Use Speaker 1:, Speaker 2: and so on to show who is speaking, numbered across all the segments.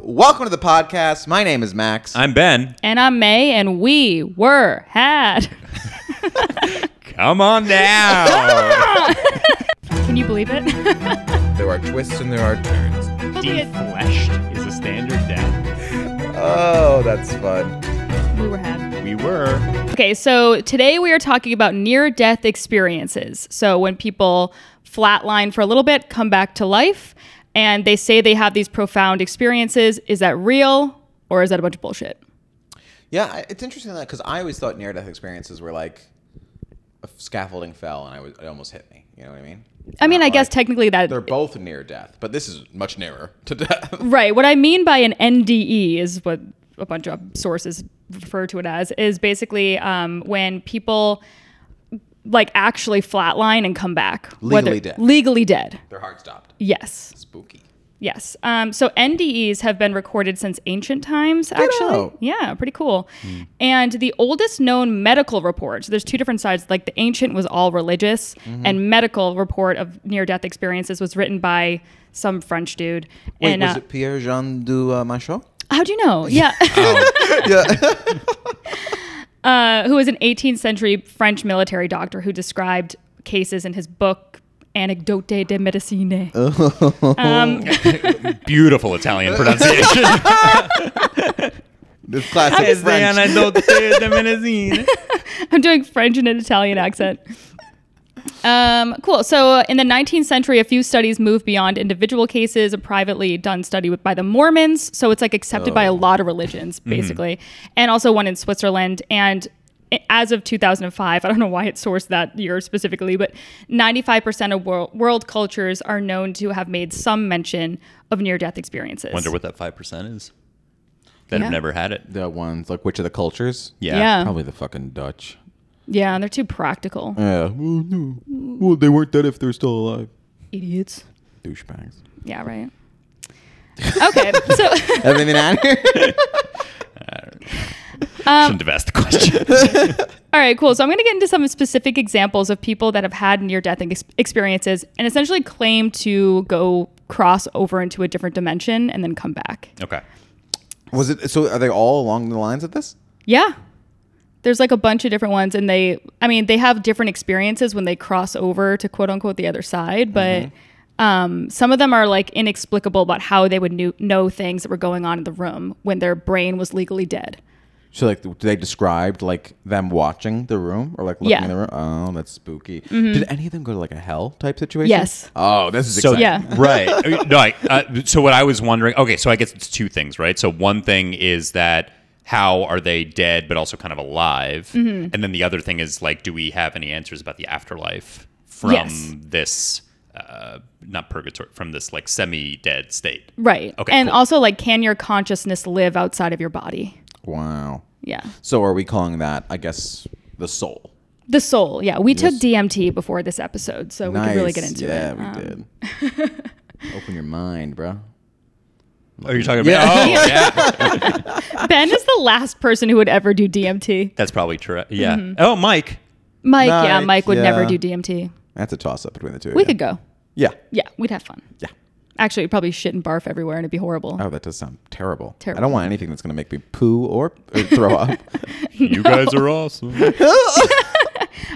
Speaker 1: welcome to the podcast. My name is Max.
Speaker 2: I'm Ben.
Speaker 3: And I'm May, and we were had.
Speaker 2: Come on down.
Speaker 3: Can you believe it?
Speaker 1: there are twists and there are turns.
Speaker 4: Defleshed is a standard death.
Speaker 1: Oh, that's fun.
Speaker 3: we were had.
Speaker 4: We were.
Speaker 3: Okay, so today we are talking about near death experiences. So when people flatline for a little bit, come back to life, and they say they have these profound experiences, is that real or is that a bunch of bullshit?
Speaker 1: Yeah, I- it's interesting that because I always thought near-death experiences were like a scaffolding fell and I was it almost hit me. You know what I mean?
Speaker 3: I mean,
Speaker 1: Not
Speaker 3: I guess
Speaker 1: like-
Speaker 3: technically that.
Speaker 1: they're both near death, but this is much nearer to death.
Speaker 3: Right. What I mean by an NDE is what a bunch of sources refer to it as is basically um, when people like actually flatline and come back
Speaker 1: Legally
Speaker 3: whether-
Speaker 1: dead.
Speaker 3: Legally dead.
Speaker 1: Their heart stopped.
Speaker 3: Yes.
Speaker 1: Spooky.
Speaker 3: Yes. Um, so NDEs have been recorded since ancient times, actually.
Speaker 1: out. Hmm.
Speaker 3: Yeah, pretty cool. And the oldest known medical report, so there's two different sides. Like the ancient was all religious,
Speaker 1: Mm-hmm.
Speaker 3: and medical report of near death experiences was written by some French dude.
Speaker 1: Wait,
Speaker 3: and
Speaker 1: was
Speaker 3: uh,
Speaker 1: it Pierre Jean du uh, Machaut?
Speaker 3: How'd you know? Yeah. uh, who was an 18th century French military doctor who described cases in his book, Anecdote de Medicine. Um,
Speaker 2: Beautiful Italian pronunciation.
Speaker 1: This classic French.
Speaker 3: I'm doing French in an Italian accent. Um, cool. So, in the 19th century, a few studies moved beyond individual cases. A privately done study with, by the Mormons, so it's like accepted by a
Speaker 2: Oh.
Speaker 3: lot of religions,
Speaker 2: Mm-hmm.
Speaker 3: basically, and also one in Switzerland. And i- as of 2005, I don't know why it sourced that year specifically, but 95% of world, world cultures are known to have made some mention of near-death experiences.
Speaker 2: Wonder what that five percent is. That
Speaker 3: Yeah.
Speaker 2: have never had it.
Speaker 1: the ones like which of the cultures?
Speaker 2: Yeah.
Speaker 3: Yeah.
Speaker 1: Probably the fucking Dutch.
Speaker 3: Yeah, they're too practical,
Speaker 1: Yeah. Well, no. Well, they weren't dead if they're still alive.
Speaker 3: idiots.
Speaker 1: Douchebags.
Speaker 3: Yeah, right. Okay, so. um,
Speaker 1: Everything out here.
Speaker 2: Shouldn't have asked the question.
Speaker 3: All right, cool. So I'm going to get into some specific examples of people that have had near death ex- experiences and essentially claim to go cross over into a different dimension and then come back.
Speaker 2: okay.
Speaker 1: Was it? So are they all along the lines of this?
Speaker 3: Yeah. There's like a bunch of different ones and they I mean, they have different experiences when they cross over to quote unquote the other side, but
Speaker 2: Mm-hmm.
Speaker 3: um, some of them are like inexplicable about how they would knew, know things that were going on in the room when their brain was legally dead.
Speaker 1: So like, do they described like them watching the room or like looking
Speaker 3: Yeah. Mm-hmm.
Speaker 1: in the room? Oh, that's spooky. Did any of them go to like a hell type situation?
Speaker 3: Yes.
Speaker 1: Oh, this is
Speaker 2: So
Speaker 1: exciting.
Speaker 3: Yeah.
Speaker 2: right. No, I, uh, so what I was wondering. Okay, so I guess it's two things, right? So one thing is that how are they dead, but also kind of alive, and then the other thing is like, do we have any answers about the afterlife from
Speaker 3: Yes.
Speaker 2: this? Uh, not purgatory from this like semi-dead state.
Speaker 3: Right.
Speaker 2: Okay,
Speaker 3: and
Speaker 2: cool.
Speaker 3: also like can your consciousness live outside of your body?
Speaker 1: Wow.
Speaker 3: Yeah.
Speaker 1: So are we calling that? I guess the soul.
Speaker 3: The soul, yeah. We took DMT before this episode, so we could really get into
Speaker 1: yeah,
Speaker 3: it.
Speaker 1: we
Speaker 3: Um,
Speaker 1: did. Open your mind, bro.
Speaker 2: Oh, you're talking about? Oh, yeah.
Speaker 3: Ben is the last person who would ever do DMT.
Speaker 2: That's probably true. Yeah. Oh, Mike.
Speaker 3: Mike, yeah,
Speaker 1: Mike,
Speaker 3: Mike would never
Speaker 1: yeah.
Speaker 3: do DMT.
Speaker 1: That's a toss up between the two.
Speaker 3: We
Speaker 1: yeah.
Speaker 3: could go.
Speaker 1: Yeah.
Speaker 3: Yeah, we'd have fun.
Speaker 1: Yeah.
Speaker 3: Actually, you'd probably shit and barf everywhere and it'd be horrible.
Speaker 1: Oh, that does sound terrible. I
Speaker 3: Terrible.
Speaker 1: don't want anything that's going to make me poo or, or throw up.
Speaker 2: You guys are awesome.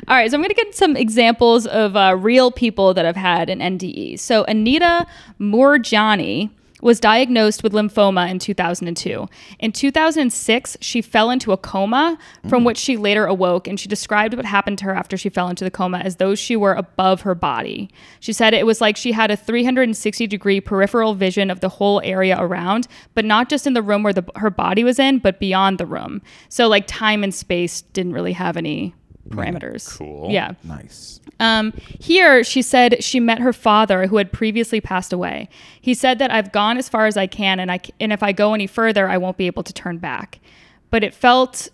Speaker 3: All right, so I'm going to get some examples of uh, real people that have had an NDE. So Anita Moorjani was diagnosed with lymphoma in 2002. In 2006, she fell into a coma from which she later awoke, and she described what happened to her after she fell into the coma as though she were above her body. She said it was like she had a 360 degree peripheral vision of the whole area around, but not just in the room where the, her body was in, but beyond the room. So like time and space didn't really have any parameters.
Speaker 2: Cool.
Speaker 3: Yeah.
Speaker 1: nice.
Speaker 3: Um, here, she said she met her father, who had previously passed away. He said that I've gone as far as I can, and I c- and if I go any further, I won't be able to turn back. But it felt,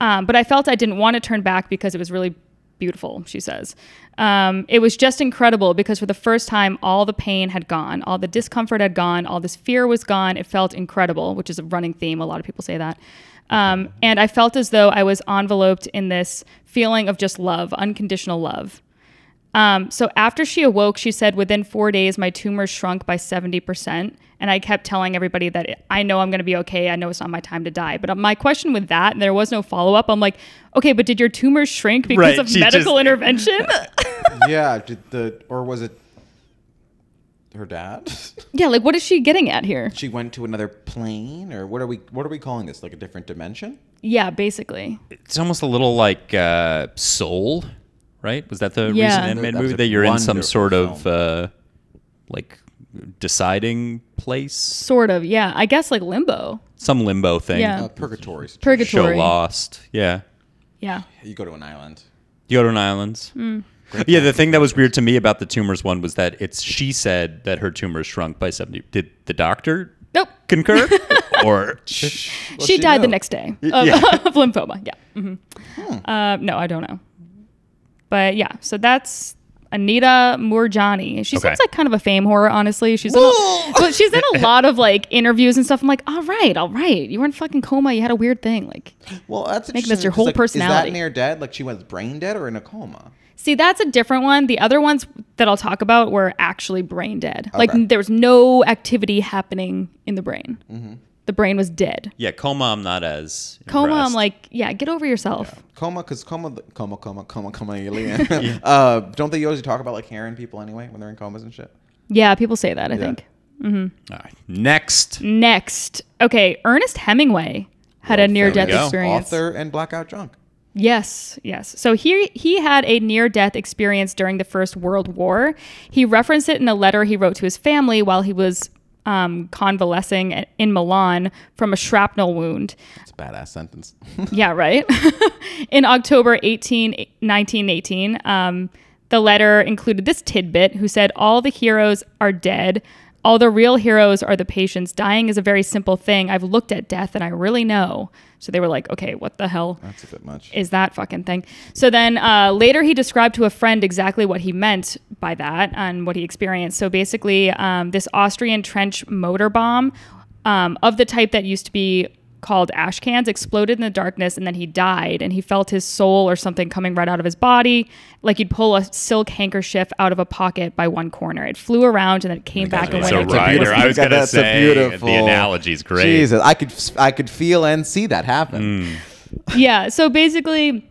Speaker 3: um, but I felt I didn't want to turn back because it was really beautiful. She says um, it was just incredible because for the first time, all the pain had gone, all the discomfort had gone, all this fear was gone. It felt incredible, which is a running theme. A lot of people say that. Um, and I felt as though I was enveloped in this feeling of just love, unconditional love. Um, so after she awoke, she said, within four days, my tumor shrunk by 70%. And I kept telling everybody that I know I'm going to be okay. I know it's not my time to die. But uh, my question with that, and there was no follow up, I'm like, okay, but did your tumor shrink because
Speaker 2: Right,
Speaker 3: of
Speaker 2: she just-
Speaker 3: medical intervention?
Speaker 1: yeah, did the or was it her dad?
Speaker 3: yeah, like what is she getting at here?
Speaker 1: she went to another plane, or what are we? What are we calling this? Like a different dimension?
Speaker 3: Yeah, basically.
Speaker 2: It's almost a little like uh, Soul, right? Was that the
Speaker 3: Yeah.
Speaker 2: recent Ant Man
Speaker 1: That was
Speaker 2: movie
Speaker 1: a
Speaker 2: that you're in some
Speaker 1: wonderful
Speaker 2: sort of
Speaker 1: film.
Speaker 2: uh, like deciding place,
Speaker 3: Sort of. Yeah, I guess like limbo,
Speaker 2: some limbo thing?
Speaker 1: Uh,
Speaker 3: Yeah.
Speaker 1: purgatory. situation.
Speaker 3: purgatory.
Speaker 2: Show lost. Yeah.
Speaker 3: Yeah.
Speaker 1: You go to an island.
Speaker 2: You go to an island.
Speaker 3: Mm.
Speaker 2: Yeah, the thing that was weird to me about the tumors one was that it's she said that her tumors shrunk by seventy. Did the doctor
Speaker 3: Nope.
Speaker 2: concur? or
Speaker 1: Well,
Speaker 3: she, died the
Speaker 1: knew.
Speaker 3: next day of,
Speaker 2: yeah.
Speaker 3: of lymphoma. Yeah. hmm Uh, no, I don't know. But yeah, so that's Anita Murjani. She
Speaker 2: Okay.
Speaker 3: seems like kind of a fame whore, honestly. She's in a, but she's in a lot of like interviews and stuff. I'm like, all right, all right. You were in fucking coma. You had a weird thing. Like,
Speaker 1: Well, that's
Speaker 3: Make
Speaker 1: interesting,
Speaker 3: this your
Speaker 1: 'cause,
Speaker 3: whole
Speaker 1: like, Is
Speaker 3: personality.
Speaker 1: that near dead? Like she was brain dead or in a coma?
Speaker 3: see, that's a different one. The other ones that I'll talk about were actually brain dead. Like,
Speaker 1: Okay.
Speaker 3: there was no activity happening in the brain. The brain was dead.
Speaker 2: yeah, coma. I'm not as
Speaker 3: Coma, I'm
Speaker 2: impressed.
Speaker 3: like, yeah, get over yourself.
Speaker 1: Coma, because coma, coma, coma, coma, coma. alien. uh, don't they usually talk about like heroin people anyway when they're in comas and shit?
Speaker 3: Yeah, people say that, I
Speaker 1: Yeah.
Speaker 3: think.
Speaker 2: All right. next.
Speaker 3: Next. Okay, Ernest Hemingway had a near
Speaker 2: There
Speaker 3: death
Speaker 2: we go.
Speaker 3: experience.
Speaker 1: Author and blackout drunk.
Speaker 3: Yes, yes. So he he had a near death experience during the First World War. He referenced it in a letter he wrote to his family while he was um, convalescing at- in Milan from a shrapnel wound.
Speaker 1: It's a badass sentence.
Speaker 3: Yeah, right. in October 18, 1918, um, the letter included this tidbit who said, All the heroes are dead. All the real heroes are the patients. Dying is a very simple thing. I've looked at death and I really know. So they were like, Okay, what the hell?
Speaker 1: That's a bit much.
Speaker 3: is that fucking thing. So then uh, later he described to a friend exactly what he meant by that and what he experienced. So basically, um, this Austrian trench motor bomb um, of the type that used to be called ash cans exploded in the darkness and then he died and he felt his soul or something coming right out of his body like you'd pull a silk handkerchief out of a pocket by one corner it flew around and then it came back and
Speaker 2: It's
Speaker 3: went
Speaker 2: a
Speaker 1: It's a
Speaker 2: rider.
Speaker 1: beautiful-
Speaker 2: I was
Speaker 1: God,
Speaker 2: gonna
Speaker 1: that's a
Speaker 2: say
Speaker 1: beautiful-
Speaker 2: the analogy's great.
Speaker 1: Jesus, I could I could feel and see that
Speaker 3: Mm.
Speaker 1: happen.
Speaker 3: yeah. So basically,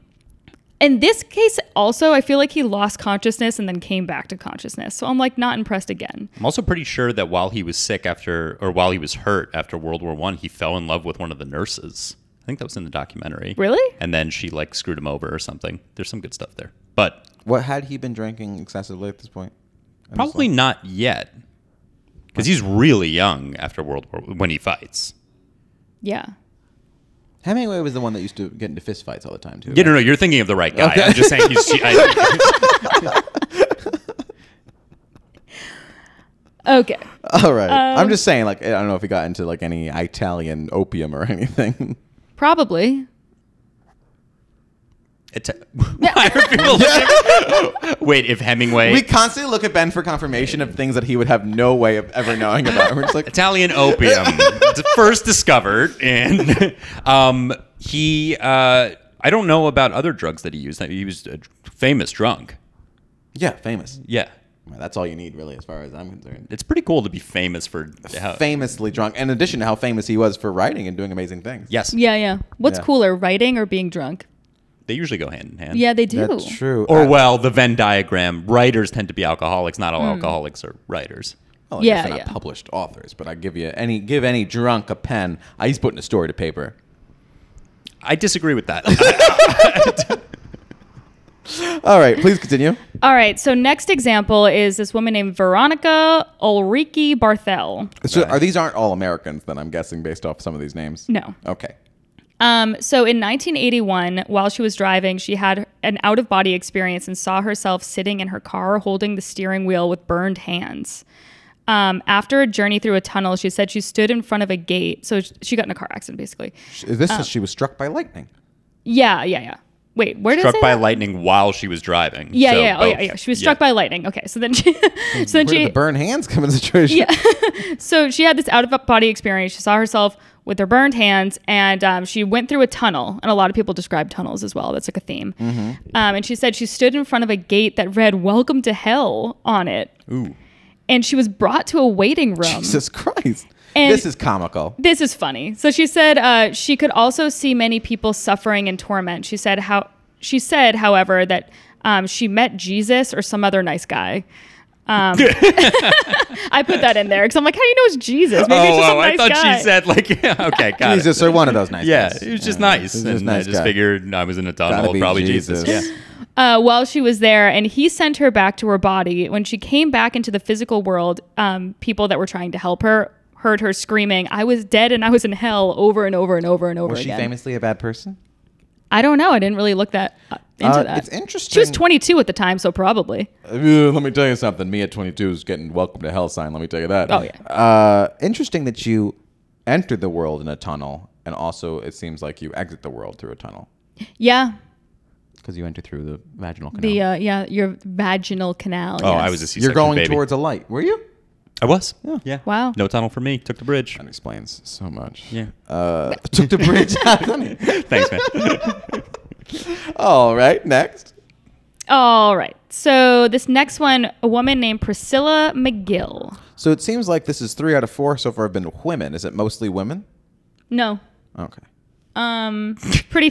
Speaker 3: in this case, also, I feel like he lost consciousness and then came back to consciousness. So I'm like not impressed again.
Speaker 2: I'm also pretty sure that while he was sick after, or while he was hurt after World War One, he fell in love with one of the nurses. I think that was in the documentary.
Speaker 3: Really?
Speaker 2: And then she like screwed him over or something. There's some good stuff there, but
Speaker 1: What had he been drinking excessively at this point? I'm just
Speaker 2: probably
Speaker 1: like-
Speaker 2: not yet, because he's really young after World War when he fights.
Speaker 3: Yeah.
Speaker 1: Hemingway was the one that used to get into fistfights all the time too.
Speaker 2: Yeah, no, no, you're thinking of the right guy.
Speaker 1: Okay.
Speaker 2: I'm just saying he's. I,
Speaker 3: Okay.
Speaker 1: All right.
Speaker 3: Um,
Speaker 1: I'm just saying, like, I don't know if he got into like any Italian opium or anything.
Speaker 3: Probably.
Speaker 2: it, why are people looking- Wait, if Hemingway
Speaker 1: we constantly look at Ben for confirmation of things that he would have no way of ever knowing about. We're just like,
Speaker 2: Italian opium, d- first discovered, and um, he. Uh, I don't know about other drugs that he used. He was a famous drunk.
Speaker 1: yeah, famous.
Speaker 2: Yeah,
Speaker 1: Well, That's all you need, really, as far as I'm concerned.
Speaker 2: it's pretty cool to be famous for. How,
Speaker 1: Famously drunk. In addition to how famous he was for writing and doing amazing things.
Speaker 2: yes,
Speaker 3: Yeah, yeah. What's
Speaker 1: Yeah.
Speaker 3: cooler, writing or being drunk?
Speaker 2: they usually go hand in hand.
Speaker 3: Yeah, they do.
Speaker 1: that's true.
Speaker 2: Or
Speaker 1: I-
Speaker 2: well, the Venn diagram: writers tend to be alcoholics. Not
Speaker 3: Hmm.
Speaker 2: all alcoholics are writers.
Speaker 1: well, I guess
Speaker 3: Yeah,
Speaker 1: they're not
Speaker 3: yeah.
Speaker 1: published authors, but I give you any give any drunk a pen. I, he's putting a story to paper.
Speaker 2: I disagree with that.
Speaker 1: All right, please continue.
Speaker 3: All right. So next example is this woman named Veronica Ulrike Barthel.
Speaker 1: So, are these aren't all Americans? Then I'm guessing based off some of these names.
Speaker 3: No.
Speaker 1: Okay.
Speaker 3: Um, so in 1981, while she was driving, she had an out of body experience and saw herself sitting in her car holding the steering wheel with burned hands. Um, after a journey through a tunnel, she said she stood in front of a gate. So sh- she got in a car accident, basically.
Speaker 1: Sh- This is she was struck by lightning.
Speaker 3: Yeah, yeah, yeah. Wait, where did it
Speaker 2: struck
Speaker 3: say
Speaker 2: by
Speaker 3: that?
Speaker 2: lightning while she was driving.
Speaker 3: Yeah,
Speaker 2: So
Speaker 3: yeah, oh, yeah,
Speaker 2: both.
Speaker 3: yeah. She was struck by lightning. Okay, so then she, so then
Speaker 1: Where did
Speaker 3: she,
Speaker 1: the burn hands come into situation?
Speaker 3: yeah. so she had this out of body experience. She saw herself with her burned hands, and um, she went through a tunnel. And a lot of people describe tunnels as well. That's like a theme. Um, and she said she stood in front of a gate that read "Welcome to Hell" on it,
Speaker 2: Ooh.
Speaker 3: and she was brought to a waiting room.
Speaker 1: Jesus Christ.
Speaker 3: And-
Speaker 1: this is comical.
Speaker 3: This is funny. So she said uh, she could also see many people suffering and torment. She said how she said, however, that um, she met Jesus or some other nice guy. Um, I put that in there because I'm like, how do you know it's Jesus? Maybe it's
Speaker 2: oh,
Speaker 3: just some
Speaker 2: oh,
Speaker 3: nice
Speaker 2: I thought
Speaker 3: guy.
Speaker 2: she said like, yeah, okay, got it.
Speaker 1: Jesus, or one of those nice
Speaker 2: Yeah,
Speaker 1: guys.
Speaker 2: it was just nice,
Speaker 1: He's
Speaker 2: and
Speaker 1: just nice
Speaker 2: I just
Speaker 1: guy.
Speaker 2: figured I was in a
Speaker 1: Gotta
Speaker 2: tunnel,
Speaker 1: be
Speaker 2: probably Jesus.
Speaker 1: Jesus.
Speaker 2: Yeah,
Speaker 3: uh, while she was there, and he sent her back to her body. When she came back into the physical world, um, people that were trying to help her heard her screaming, "I was dead and I was in hell" over and over and over and over
Speaker 1: Was she
Speaker 3: again.
Speaker 1: famously a bad person?
Speaker 3: I don't know. I didn't really look that uh, into
Speaker 1: Uh,
Speaker 3: that.
Speaker 1: It's interesting.
Speaker 3: She was 22 at the time, so probably.
Speaker 1: Uh, let me tell you something. Me at 22 is getting welcome to hell sign. Let me tell you that.
Speaker 3: Oh, yeah.
Speaker 1: Uh, interesting that you entered the world in a tunnel, and also it seems like you exit the world through a tunnel
Speaker 3: Yeah.
Speaker 1: because you enter through the vaginal canal.
Speaker 3: The uh, yeah, your vaginal canal.
Speaker 2: Oh,
Speaker 3: yes.
Speaker 2: I was a C-section
Speaker 1: You're going
Speaker 2: baby.
Speaker 1: towards a light. Were you?
Speaker 2: I was. Yeah.
Speaker 3: Wow.
Speaker 2: No tunnel for me. Took the bridge.
Speaker 1: That explains so much.
Speaker 2: Yeah.
Speaker 1: Uh, took the bridge out. doesn't it?
Speaker 2: Thanks, man.
Speaker 1: All right. Next.
Speaker 3: All right. So this next one, a woman named Priscilla McGill.
Speaker 1: So it seems like this is three out of four so far have been women. Is it mostly women?
Speaker 3: No.
Speaker 1: Okay.
Speaker 3: Um, pretty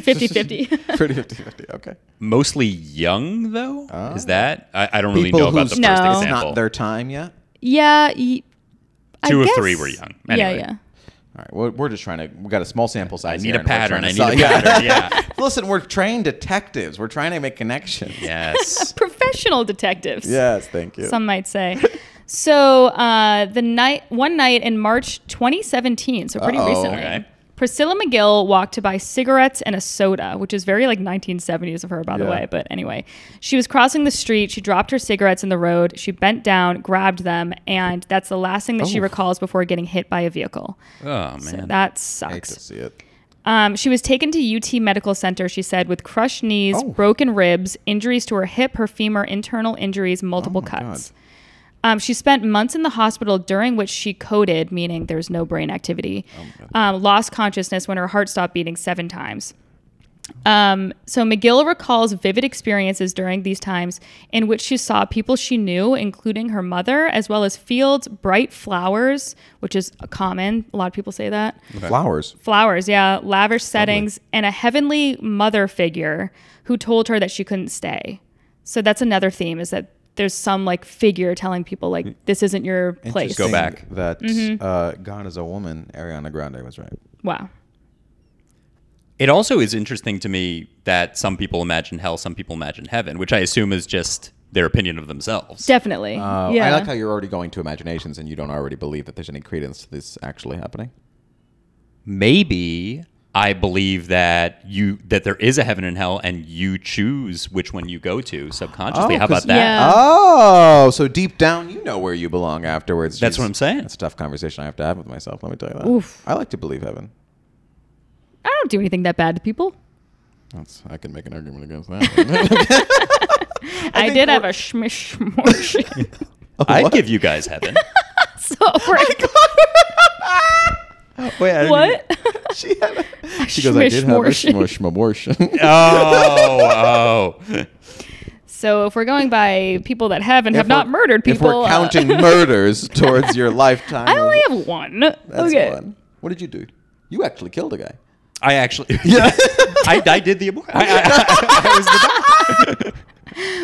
Speaker 3: 50-50.
Speaker 1: Pretty 50 50. Okay.
Speaker 2: Mostly young though. Is that? I, I don't really
Speaker 1: Ah. People
Speaker 2: know about
Speaker 1: whose
Speaker 2: the
Speaker 3: No.
Speaker 2: first
Speaker 3: It's
Speaker 1: It's
Speaker 2: example.
Speaker 1: not their time yet.
Speaker 3: yeah. y- I
Speaker 2: Two of
Speaker 3: guess-
Speaker 2: three were young.
Speaker 3: Yeah,
Speaker 2: Anyway.
Speaker 3: yeah.
Speaker 1: All right. We're, we're just trying to, we got a small sample
Speaker 2: I
Speaker 1: size. here
Speaker 2: need a
Speaker 1: and we're trying
Speaker 2: pattern.
Speaker 1: to
Speaker 2: I need
Speaker 1: sell-
Speaker 2: a
Speaker 1: yeah.
Speaker 2: pattern. Yeah.
Speaker 1: Listen, we're trained detectives. We're trying to make connections.
Speaker 2: Yes.
Speaker 3: Professional detectives.
Speaker 1: Yes. Thank you.
Speaker 3: Some might say. So uh, the night, one night in March 2017, so pretty
Speaker 1: Uh-oh.
Speaker 3: recently,
Speaker 2: Okay.
Speaker 3: Priscilla McGill walked to buy cigarettes and a soda, which is very like 1970s of her, by the
Speaker 1: Yeah.
Speaker 3: way. But anyway, she was crossing the street. She dropped her cigarettes in the road. She bent down, grabbed them, and that's the last thing that she
Speaker 1: Oh.
Speaker 3: recalls before getting hit by a vehicle.
Speaker 2: Oh man.
Speaker 3: So that
Speaker 1: I hate to
Speaker 3: sucks.
Speaker 1: see it.
Speaker 3: Um, she was taken to UT Medical Center, she said, with crushed knees,
Speaker 1: Oh.
Speaker 3: broken ribs, injuries to her hip, her femur, internal injuries, multiple
Speaker 1: Oh my
Speaker 3: cuts. Um, she spent months in the hospital during which she coded, meaning there was no brain activity,
Speaker 1: Oh
Speaker 3: um, lost consciousness when her heart stopped beating seven times. Um, so McGill recalls vivid experiences during these times in which she saw people she knew, including her mother, as well as fields, bright flowers, which is common. A lot of people say that
Speaker 1: Flowers.
Speaker 3: flowers yeah lavish settings and a heavenly mother figure who told her that she couldn't stay so that's another theme is that there's some like figure telling people
Speaker 1: Mm.
Speaker 3: like this isn't your place Mm-hmm.
Speaker 2: Go back.
Speaker 1: That uh, God is a woman. Ariana Grande was right.
Speaker 3: wow
Speaker 2: It also is interesting to me that some people imagine hell, some people imagine heaven, which I assume is just their opinion of themselves.
Speaker 3: definitely
Speaker 1: Uh,
Speaker 3: yeah
Speaker 1: I like how you're already going to imaginations and you don't already believe that there's any credence to this actually happening.
Speaker 2: Maybe I believe that you that there is a heaven and hell, and you choose which one you go to subconsciously.
Speaker 1: Oh,
Speaker 2: How
Speaker 1: 'cause-
Speaker 2: about that?
Speaker 3: Yeah.
Speaker 1: Oh, so deep down, you know where you belong afterwards.
Speaker 2: That's
Speaker 1: Jeez.
Speaker 2: what I'm saying.
Speaker 1: That's a tough conversation I have to have with myself. Let me tell you that.
Speaker 3: Oof.
Speaker 1: I like to believe heaven.
Speaker 3: i don't do anything that bad to people
Speaker 1: That's, I can make an argument against that.
Speaker 3: i, did have a shmish shmosh
Speaker 2: I'd
Speaker 1: What?
Speaker 2: give you guys heaven.
Speaker 3: so we're-
Speaker 1: Oh Wait, I didn't even-
Speaker 3: what
Speaker 1: She, had a, she goes, I did have a
Speaker 3: Shmishmortion.
Speaker 1: shmush abortion.
Speaker 2: oh, oh.
Speaker 3: so if we're going by people that have and have
Speaker 1: If
Speaker 3: not
Speaker 1: we're-
Speaker 3: murdered people
Speaker 1: If we're
Speaker 3: uh,
Speaker 1: counting murders towards your lifetime,
Speaker 3: i only have one
Speaker 1: that's
Speaker 3: okay
Speaker 1: one. What did you do? You actually killed a guy.
Speaker 2: I actually, I, I did the abortion. I, I- I was the doc-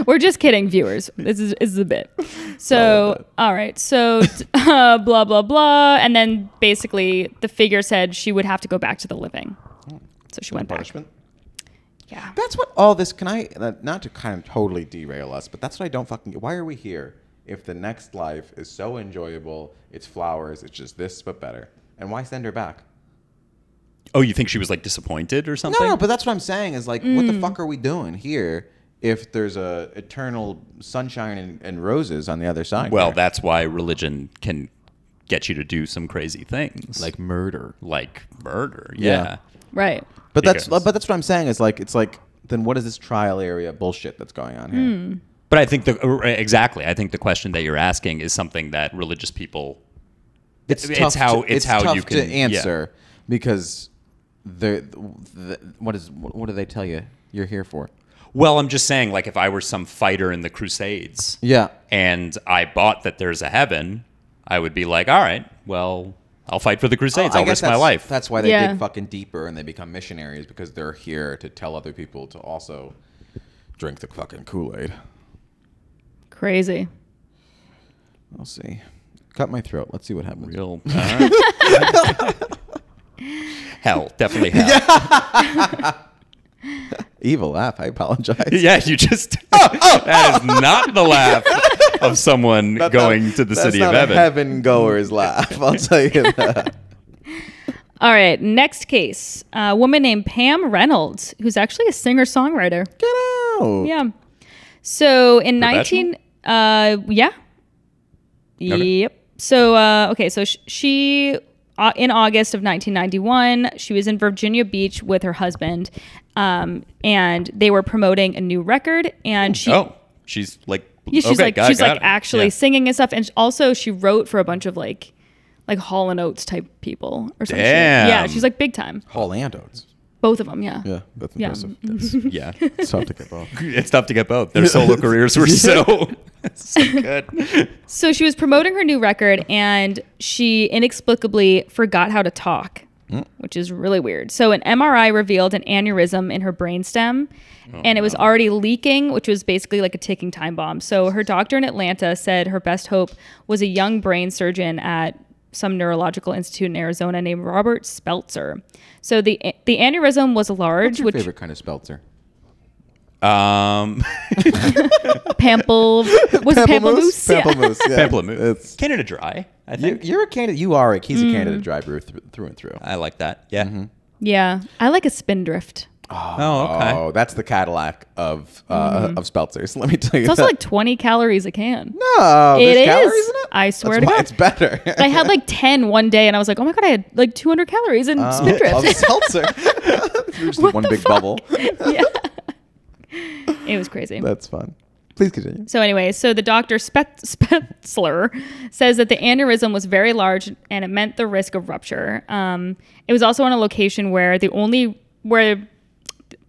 Speaker 3: We're just kidding, viewers. This is, this is a bit. So, all right. So, uh, blah, blah, blah. And then basically, the figure said she would have to go back to the living. So she went back.
Speaker 1: Punishment.
Speaker 3: Yeah.
Speaker 1: That's what all this. Can I uh, not to kind of totally derail us, but that's what I don't fucking get. Why are we here if the next life is so enjoyable? It's flowers. It's just this but better. And why send her back?
Speaker 2: oh, you think she was like disappointed or
Speaker 1: No,
Speaker 2: something?
Speaker 1: no. But that's what I'm saying is like, what the fuck are we doing here? If there's a eternal sunshine and, and roses on the other side.
Speaker 2: well,
Speaker 1: here?
Speaker 2: that's why religion can get you to do some crazy things, like
Speaker 1: murder.
Speaker 2: like murder.
Speaker 1: Yeah.
Speaker 2: yeah.
Speaker 3: Right.
Speaker 1: But that's
Speaker 2: Because-
Speaker 1: but that's what I'm saying is like it's like then what is this trial area bullshit that's going on here?
Speaker 2: But I think the uh, exactly. I think the question that you're asking is something that religious people.
Speaker 1: It's,
Speaker 2: It's
Speaker 1: tough
Speaker 2: how-
Speaker 1: to,
Speaker 2: it's how
Speaker 1: tough
Speaker 2: you
Speaker 1: to
Speaker 2: can- yeah.
Speaker 1: answer because the, the what is what do they tell you you're here for?
Speaker 2: Well, I'm just saying, like if I were some fighter in the Crusades,
Speaker 1: Yeah,
Speaker 2: and I bought that there's a heaven, I would be like, all right, well, I'll fight for the Crusades.
Speaker 1: I
Speaker 2: I'll
Speaker 1: guess
Speaker 2: risk my
Speaker 1: that's-
Speaker 2: life.
Speaker 1: That's why they
Speaker 3: Yeah.
Speaker 1: dig fucking deeper and they become missionaries because they're here to tell other people to also drink the fucking Kool Aid.
Speaker 3: Crazy.
Speaker 1: We'll see. Cut my throat. Let's see what happens.
Speaker 2: Real. all right. hell, definitely hell. Yeah,
Speaker 1: Evil laugh. I apologize.
Speaker 2: you just.
Speaker 1: Oh,
Speaker 2: that is not the laugh of someone going to the
Speaker 1: That's
Speaker 2: city
Speaker 1: not
Speaker 2: of
Speaker 1: a
Speaker 2: heaven.
Speaker 1: Heaven goers laugh. I'll tell you that.
Speaker 3: All right, next case. A woman named Pam Reynolds, who's actually a singer songwriter.
Speaker 1: Get out.
Speaker 3: Yeah. So in
Speaker 2: Professional?
Speaker 3: 19 uh yeah. Yep. So uh okay, so sh- she uh, in August of 1991, she was in Virginia Beach with her husband. Um and they were promoting a new record and she
Speaker 2: oh, she's like.
Speaker 3: yeah, she's
Speaker 2: okay,
Speaker 3: like
Speaker 2: got it,
Speaker 3: she's
Speaker 2: got
Speaker 3: like
Speaker 2: it.
Speaker 3: actually
Speaker 2: Yeah.
Speaker 3: singing and stuff and sh- also she wrote for a bunch of like like Hall and Oates type people or something. Yeah,
Speaker 2: Damn.
Speaker 3: she's like big time.
Speaker 1: Hall and Oates.
Speaker 3: Both of them, yeah.
Speaker 1: Yeah, that's
Speaker 3: Yeah.
Speaker 1: impressive.
Speaker 2: Yeah.
Speaker 1: It's tough to get both.
Speaker 2: it's tough to get both. Their solo careers were so, so good.
Speaker 3: So she was promoting her new record and she inexplicably forgot how to talk,
Speaker 1: Hmm.
Speaker 3: which is really weird. So an MRI revealed an aneurysm in her brainstem
Speaker 1: Oh,
Speaker 3: and it was already leaking, which was basically like a ticking time bomb. So her doctor in Atlanta said her best hope was a young brain surgeon at some neurological institute in Arizona named Robert Speltzer. So the the aneurysm was large,
Speaker 1: What's your
Speaker 3: which
Speaker 1: favorite kind of Spelter?
Speaker 2: Um,
Speaker 3: pample was it pamplemousse. Yeah.
Speaker 1: Pamplemousse. Yeah.
Speaker 2: Pamplemousse.
Speaker 1: It's-
Speaker 2: Canada Dry, I
Speaker 1: You-
Speaker 2: think.
Speaker 1: You're a candidate. You are a. He's a candidate
Speaker 3: Mm.
Speaker 1: drive through, through and through.
Speaker 2: I like that. Yeah.
Speaker 1: Mm-hmm.
Speaker 3: yeah, I like a spindrift.
Speaker 2: Oh, okay.
Speaker 1: Oh, that's the Cadillac of uh, of Speltzers. Let me tell you.
Speaker 3: Mm-hmm. It's also
Speaker 1: that.
Speaker 3: like 20 calories a can.
Speaker 1: no,
Speaker 3: It
Speaker 1: there's
Speaker 3: is.
Speaker 1: calories in it.
Speaker 3: I
Speaker 1: that's
Speaker 3: swear to
Speaker 1: why
Speaker 3: God.
Speaker 1: it's better.
Speaker 3: I had like 10 one day and I was like, oh my God, I had like 200 calories
Speaker 1: Oh,
Speaker 3: in
Speaker 1: of
Speaker 3: Spindrift.
Speaker 1: seltzer. You're just one big bubble.
Speaker 3: yeah. It was crazy.
Speaker 1: That's fun. Please continue.
Speaker 3: So, anyway, so the doctor Spet- Spetzler says that the aneurysm was very large and it meant the risk of rupture. Um, it was also on a location where the only where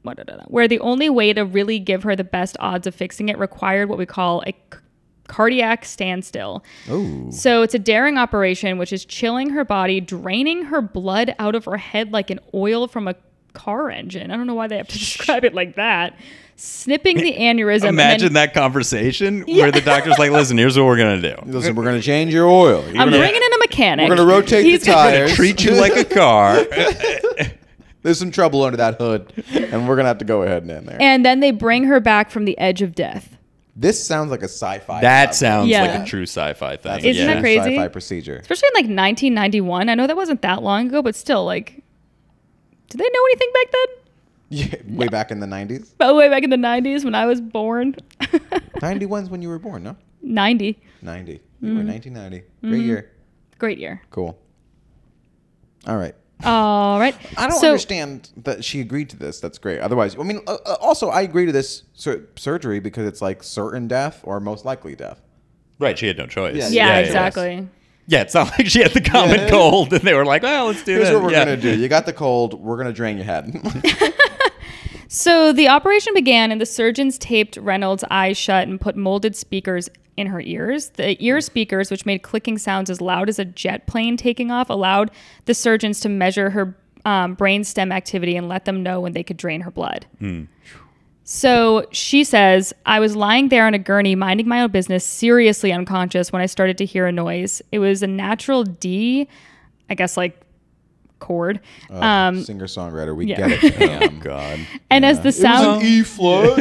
Speaker 3: what- da- da- da- where the only way to really give her the best odds of fixing it required what we call a c- cardiac standstill.
Speaker 1: Oh,
Speaker 3: So it's a daring operation, which is chilling her body, draining her blood out of her head like an oil from a car engine. I don't know why they have to describe it like that. Snipping the aneurysm.
Speaker 2: Imagine that conversation
Speaker 3: Yeah.
Speaker 2: where the doctor's like, listen, here's what we're going to do.
Speaker 1: listen, we're gonna change your oil. You're
Speaker 3: I'm
Speaker 1: gonna-
Speaker 3: bringing in a mechanic.
Speaker 1: We're gonna rotate the tires.
Speaker 2: Treat you like a car.
Speaker 1: There's some trouble under that hood, and we're gonna have to go ahead and end there.
Speaker 3: And then they bring her back from the edge of death.
Speaker 1: this sounds like a sci-fi.
Speaker 2: That sounds
Speaker 3: Yeah.
Speaker 2: like a true sci fi thing.
Speaker 1: That's
Speaker 3: Isn't
Speaker 2: yeah.
Speaker 3: that crazy?
Speaker 1: Sci-fi procedure.
Speaker 3: Especially in like 1991. I know that wasn't that long ago, but still, like, did they know anything back then?
Speaker 1: Yeah, way back in the '90s.
Speaker 3: By the way, back in the 90s when I was born.
Speaker 1: 91's when you were born, no?
Speaker 3: 90.
Speaker 1: 90. You
Speaker 3: Mm.
Speaker 1: were 1990. Great year.
Speaker 3: Great year.
Speaker 1: Cool. All right.
Speaker 3: All right.
Speaker 1: I don't
Speaker 3: So-
Speaker 1: understand that she agreed to this. That's great. Otherwise, I mean, uh, uh, also I agree to this sur- surgery because it's like certain death or most likely death.
Speaker 2: Right. She had no choice.
Speaker 1: Yeah,
Speaker 2: yeah.
Speaker 3: Yeah, exactly.
Speaker 2: Yeah. It's not like she had the common
Speaker 1: Yeah.
Speaker 2: cold and they were like, well, let's do
Speaker 1: Here's
Speaker 2: this.
Speaker 1: what we're
Speaker 2: yeah.
Speaker 1: gonna do. You got the cold. We're gonna drain your head.
Speaker 3: So the operation began, and the surgeons taped Reynolds' eyes shut and put molded speakers in her ears. The ear speakers, which made clicking sounds as loud as a jet plane taking off, allowed the surgeons to measure her um, brainstem activity and let them know when they could drain her blood. So she says, I was lying there on a gurney, minding my own business, seriously unconscious when I started to hear a noise. It was a natural D, I guess, like chord.
Speaker 1: Oh,
Speaker 3: um,
Speaker 1: Singer songwriter, Uh, we
Speaker 3: yeah.
Speaker 1: get it. Um,
Speaker 2: Oh, God.
Speaker 3: and as the sound.
Speaker 1: E flat.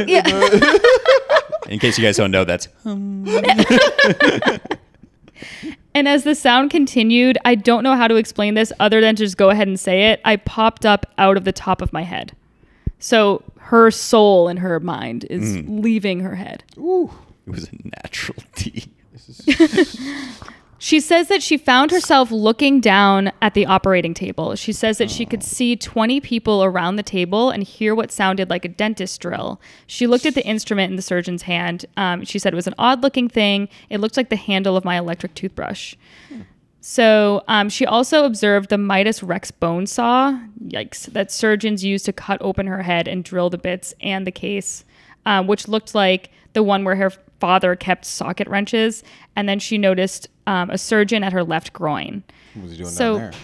Speaker 2: In case you guys don't know, that's
Speaker 3: And as the sound continued, I don't know how to explain this other than to just go ahead and say it. I popped up out of the top of my head. So her soul and her mind is leaving her head.
Speaker 1: Ooh.
Speaker 2: it was a natural D.
Speaker 3: She says that she found herself looking down at the operating table. She says that she could see 20 people around the table and hear what sounded like a dentist drill. She looked at the instrument in the surgeon's hand. Um, she said it was an odd looking thing. It looked like the handle of my electric toothbrush. So um, she also observed the Midas Rex bone saw, yikes, that surgeons used to cut open her head and drill the bits and the case, um, which looked like the one where her father kept socket wrenches. And then she noticed um, a surgeon at her left groin.
Speaker 1: What was he doing
Speaker 3: So-
Speaker 1: down there?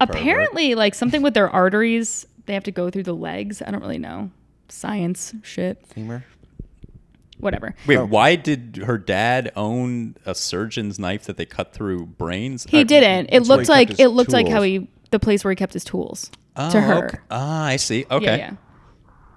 Speaker 3: Apparently, like something with their arteries, they have to go through the legs. I don't really know. Science shit,
Speaker 1: Femur?
Speaker 3: whatever.
Speaker 2: Wait,
Speaker 1: Oh.
Speaker 2: why did her dad own a surgeon's knife that they cut through brains?
Speaker 3: He
Speaker 2: Uh,
Speaker 3: didn't. It
Speaker 1: That's where he
Speaker 3: looked
Speaker 1: kept
Speaker 3: like
Speaker 1: his
Speaker 3: it looked like how
Speaker 1: tools.
Speaker 3: he the place where he kept his tools
Speaker 2: oh,
Speaker 3: to her.
Speaker 2: okay. Ah, I see. Okay.
Speaker 3: Yeah,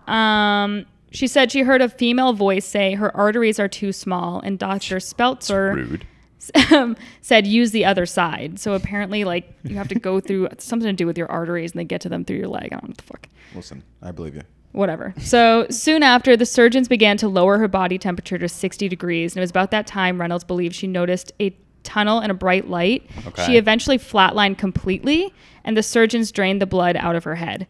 Speaker 3: yeah. Um, she said she heard a female voice say her arteries are too small, and Dr. Speltzer
Speaker 2: Rude.
Speaker 3: um, said use the other side. So apparently, like you have to go through something to do with your arteries, and they get to them through your leg. I don't know what the fuck
Speaker 1: Listen, I believe you.
Speaker 3: whatever. So soon after, the surgeons began to lower her body temperature to 60 degrees, and it was about that time Reynolds believed she noticed a tunnel and a bright light.
Speaker 2: Okay.
Speaker 3: She eventually flatlined completely, and the surgeons drained the blood out of her head.